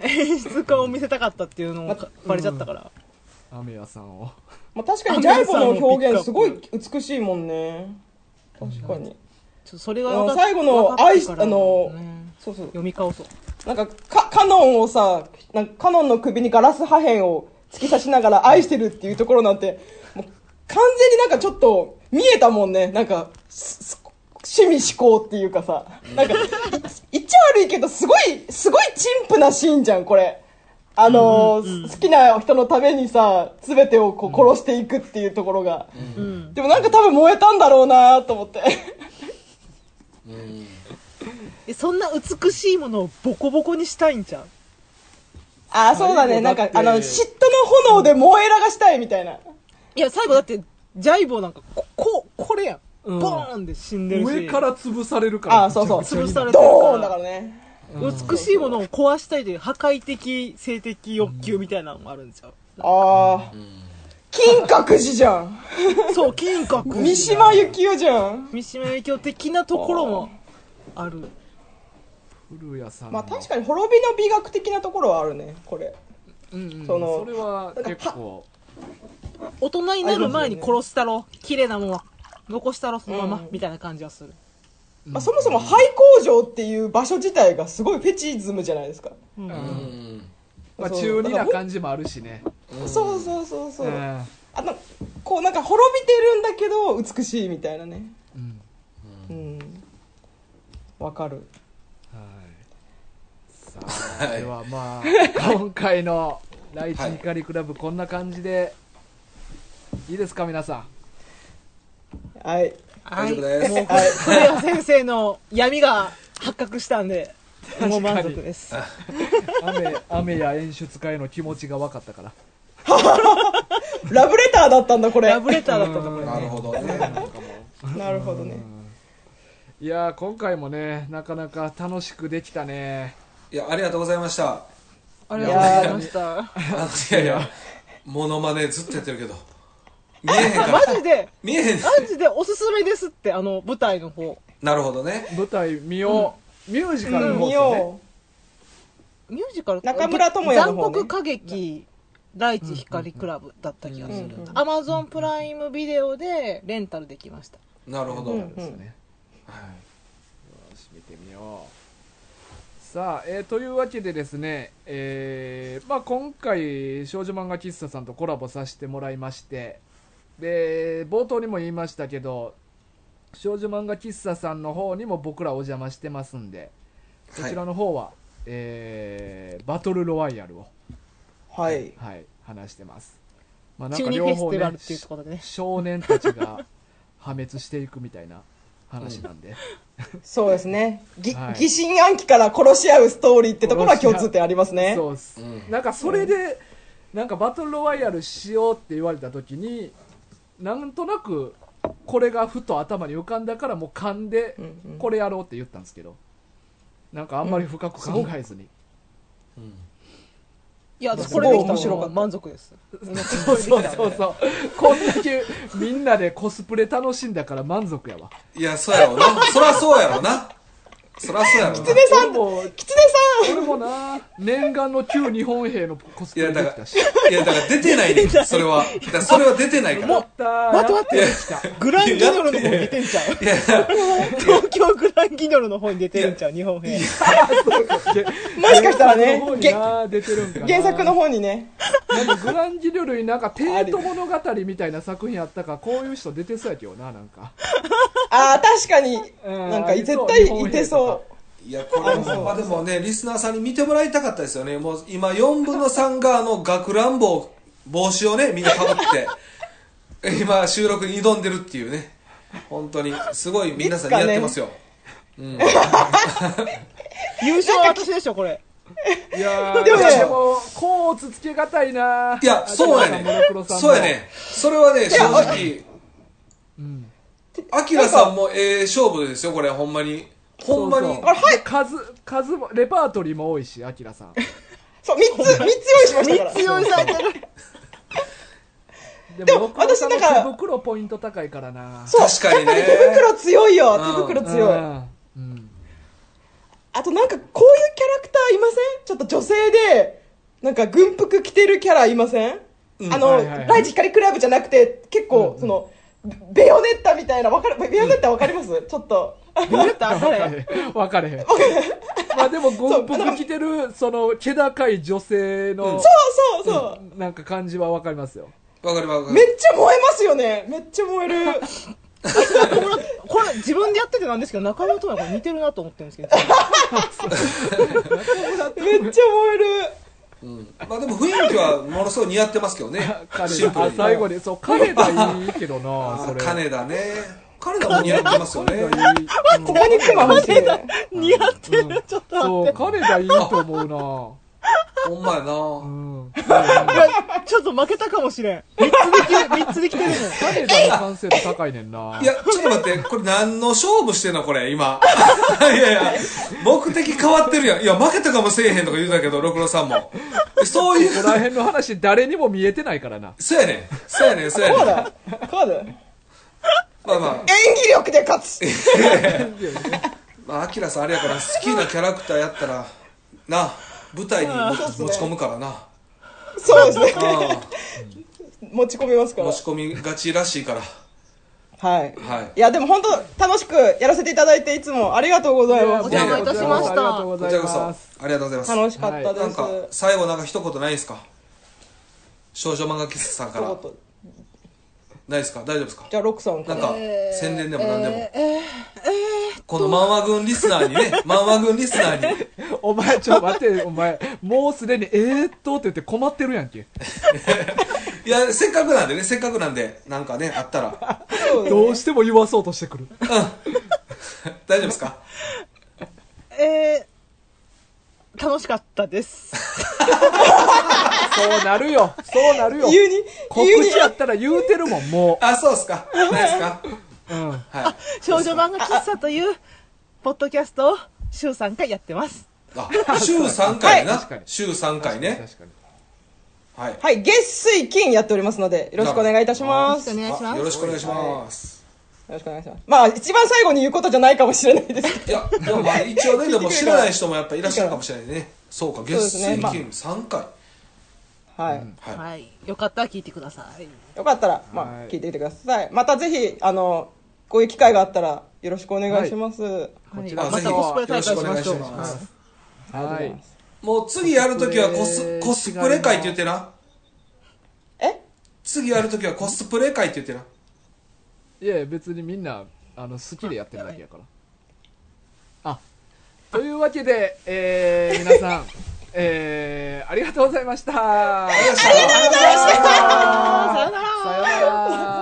C: 演出家を見せたかったっていうのがバレちゃったから。
A: 雨屋さんを
D: まあ、確かにジャイボの表現すごい美しいもんね確かに
C: ちょっとそれが分かっ
D: 最後の
C: 分かった
D: 愛し
C: から
D: あの
C: ね
D: そうそう
C: 読み顔そう。
D: なんかかカノンをさなんかカノンの首にガラス破片を突き刺しながら愛してるっていうところなんてもう完全になんかちょっと見えたもんねなんかすす趣味思考っていうかさなんかい 言っちゃ悪いけどすごいすごい陳腐なシーンじゃんこれあのー好きな人のためにさ全てをこう殺していくっていうところが、
C: うん。
D: でもなんか多分燃えたんだろうなと思って
B: うん
C: えそんな美しいものをボコボコにしたいんじゃん。
D: ああそうだねなんかあの嫉妬の炎で燃えらがしたいみたいない
C: や、最後だって、ジャイボなんか、こ、こう、これやん。
A: うん
C: ボーンで死んでるし。
A: 上から潰されるから
D: ああそうそう
C: 潰されてる
D: ドーン
C: か
D: だから
C: ら。
D: ね
C: 美しいものを壊したいという破壊的性的欲求みたいなのもあるんですよ。
D: ああ金閣寺じゃん
C: そう、金閣寺
D: 三島由紀夫じゃん
C: 三島由紀夫的なところもある。
A: 古谷さんの
D: まあ確かに滅びの美学的なところはあるねこれ
A: うんうん
D: その
A: それは結構
C: 大人になる前に殺したろ。綺麗なものは残したろ、そのまま。みたいな感じはする。
D: まあそもそも廃工場っていう場所自体がすごいフェチズムじゃないですか
A: うん
B: うん
A: まあ
D: そう
A: 中二
D: だ
A: な
D: から
A: 感じもあるしね
D: そうそうそうそう
A: うん
D: あのこうなんか滅びてるんだけど美しいみたいなね
A: うん
D: うんわかる
A: はいさ
B: は
A: あ
B: い
A: ではまあ今回の「ライチ光クラブ」こんな感じでいいですか皆さん
D: はい
B: 大丈夫です
C: もうこれ、古谷先生の闇が発覚したんで、もう満足です。
A: 雨雨や演出家への気持ちが分かったから
D: ラブレターだったんだこれ
C: ラブレターだったとこれ
B: なるほどね
A: なんかも
D: なるほどね
A: ういやー今回もねなかなか楽しくできたね
B: いやありがとうございましたあ
C: あ
A: り
C: り
A: が
C: が
A: とう
C: とう
A: ご
C: ご
A: ざ
C: ざ
A: い
C: い
A: ま
C: ま
A: し
C: した。
B: の いやいやモノマネずっとやってるけど見えへん から
C: マジで、
B: 見えへん
C: マジでおすすめですって、あの、舞台の方。
B: なるほどね
A: 舞台見よう、ミュージカルの方
D: 見
A: ですよね、
D: よ
C: ミュージカル
D: 中村倫也の方ね
C: 残酷歌劇、ライチ光クラブだった気がする
D: うんうんう。ん
C: アマゾンプライムビデオでレンタルできました。
B: なるほど、
D: う
A: そうですね
B: はい
A: よし見てみようさあ、えーというわけでですね、えーまあ、今回少女漫画喫茶さんとコラボさせてもらいましてで冒頭にも言いましたけど少女漫画喫茶さんの方にも僕らお邪魔してますんでそちらの方は、えーバトルロワイヤルを、
D: うはい
A: はい、話してます、まあ、なん
C: 中
A: か
C: 二フ
A: 両
C: ェス
A: 方
C: ティ
A: ね
C: バルっていうところでね。
A: 少年たちが破滅していくみたいな話なんで、
D: そうですねぎ
A: はい
D: 疑心暗鬼から殺し合うストーリーってところは共通点ありますね
A: そうっす、
B: うん
A: なんかそれでなんかバトルロワイヤルしようって言われた時になんとなくこれがふと頭に浮かんだからもう噛んで
D: うんうん
A: これやろうって言ったんですけどなんかあんまり深く考えずに、
B: うん
C: いや、
D: す
C: こ
D: ごい
C: れでき
D: 面白か
C: た
D: った
C: 満足です。
A: そうそうそうそうこんだけみんなでコスプレ楽しんだから満足やわ
B: いや、そうやろな。そらそうやろな。そらそうや ろな。
D: 狐さん
A: 俺も
D: 狐さ
A: 俺もな念願の旧日本兵のコスプレできたし
B: いや、だから出てないねんそれは。だからそれは出てないか
A: や
B: ら
A: っ。たー
C: 待って待って
A: や
C: グランギニョルの方に出てんちゃう
B: いや、
C: 東京グランギニョルの方に出てるんちゃう日本兵。
A: って
D: んもしかしたらね
A: 原作の方に
D: げ
A: な出てるんかな
D: 原作の方にね
A: なんかグランジル類なんか帝都物語みたいな作品あったからこういう人出てそうやけどななんか
D: ああ確かに
A: うん
D: なんか
A: ありそう
D: 絶対いてそ
B: いやこれも、まあでもね、リスナーさんに見てもらいたかったですよね。もう今、4分の3が、あの、学ラン帽、帽子をね、みんなかぶって、 今、収録に挑んでるっていうね。本当に、すごい皆さん似合ってますよ。うん。
C: 優勝は私でしょ、これ。
A: いやーで
D: でも
A: も
D: ね
A: こうつつけがたいない
B: いや、そうやねん。そうやねん。それはね、正直、
A: ん
B: アキラさんもええ勝負ですよ、これ、ほんまに。ほんまに。
A: あはい数数もレパートリーも多いしアキラさん
D: うそう3つ三つ用意しましたから
C: 強いされてる。
A: で
D: でも
A: も、六郎さんの
D: 私だから
A: 手袋ポイント高いからな。
D: そう
B: 確かにね
D: やっぱり手袋強いよ
B: うん
D: 手袋強い、
A: い。うん。
D: あとなんかこういうキャラクターいませんちょっと女性でなんか軍服着てるキャラいません、
B: うん
D: あの、
A: はいはいはい
D: ライジ光クラブじゃなくて結構、そのベヨネッタみたいなわかるベヨネッタわかります、ちょっとベヨネッタ
A: 分かれへん。分かれへん。まあでも、軍
D: そうあ
A: 服
D: の
A: 着てる、その、気高い女性の、
D: そうそうそう、
A: なんか感じは分かりますよ。
B: わかるわか
D: め
B: る。
D: っちゃ燃えますよねめっちゃ燃える
C: これ自分でやっててなんですけど、中村智也これ似てるなと思ってるんですけど。
D: めっちゃ燃える
B: うんまあでも雰囲気はものすごい似合ってますけどね。 シン
A: 金田。
B: プルに。
A: 最後に、そう、金田いいけど
B: あ
A: な、そ
B: ー
A: れ。
B: 金田ね。金田も似合ってますよね。
A: 金田いい。
D: ここに熊欲しいね
C: 似合ってる、ちょっと
A: そう、
C: 待って。
A: 金田いいと思
B: ほんまや
A: うな。
B: な。
A: うん。
C: いや、ちょっと負けたかもしれん。三つできる、三つできてるもん。
A: 金田の完成度高いねんな。
B: いや、ちょっと待って、これ何の勝負してんのこれ、今。 いやいや、目的変わってるやん。いや、負けたかもせえへんとか言うたけど、六郎さんも。そうい
A: こ
B: う、
A: こら辺の話、誰にも見えてないからな。
B: そうやねん。そうやねん、そうや
D: こう
B: ねん。
D: だこうだ演
B: まあまあ、
D: 技力で勝つ
B: まあ、アキラさんあれやから、好きなキャラクターやったら、な、舞台に持ち込むからな。
D: そうですね
B: あ
D: 持ち込みます
B: あ
D: から
B: 持ち込みがちらしいから。
D: はい
B: はい
D: いやでも本当楽しくやらせていただいていつもありがとうございます
C: お邪魔いたしました
A: ありがとうご
B: こ
A: ざ
B: ちら
A: い
B: こそ、あ
A: ます。
B: りがとうございます。
D: 楽しかったで
B: なん
D: す、
B: か、最後なんか一言ないですか少女漫画喫茶さんから。
D: 一言
B: ないですか大丈夫ですか
D: じゃあロックさんか
B: なん
D: ら
B: か、宣伝でも何でも。この漫画軍リスナーにね、漫画軍リスナーに、
A: お前、ちょっと待って、お前、もうすでに、えーっとって言って困ってるやんけ。
B: いや、せっかくなんでね、せっかくなんで、なんかね、あったら、
D: そうですね
A: どうしても言わそうとしてく る。
B: 大丈夫ですか
C: えー、楽しかったです。
A: そうなるよ。そうなるよ。
D: 急に
A: 告
D: 急に
A: 知やったら言うてるもん、も
B: あ、そうですかないですか
A: う。うん。
B: はい。
C: 少女漫画喫茶という、ポッドキャストを週3回やってます。
B: あ、週3回な
A: 確かに。
B: 週3回ね。
A: 確かに。
B: はい。
D: はい月水金やっておりますのでよろしくお願いいたします
C: よ
D: よ
C: ろしくお願いしま
B: あ
C: す。
B: よろしくお願いします。
D: ろしくお願いしますまあ一番最後に言うことじゃないかもしれないですけど
B: いや、でもまあ一応ね、でも知らない人もやっぱいらっしゃるかもしれないね。そうか、
D: そうで
B: 月
D: すね
B: 水
D: まあ
B: 金3回。
D: はい、
B: はい。
C: はい。よかったら聞いてください。
D: よかったら、まあ
A: はい
D: 聞いてみてくださいまたぜひあのこういう機会があったらよろしくお願いします、
A: こちら
C: は
B: あ
A: こ
C: い、ま
A: そ
C: たコスプレ大会しましょう
B: よろしくお願いし。ます
A: はい。
B: もう次やるときはコス、コ
A: コス
B: ス
A: プレ
B: プレ会って言ってな。
D: え
B: 次やるときはコスプレ会って言ってな。
A: いやいや別にみんなあの好きでやってるだけやからあというわけで、えー、皆さんえー、ありがとうございましたありがとうございましたさよなら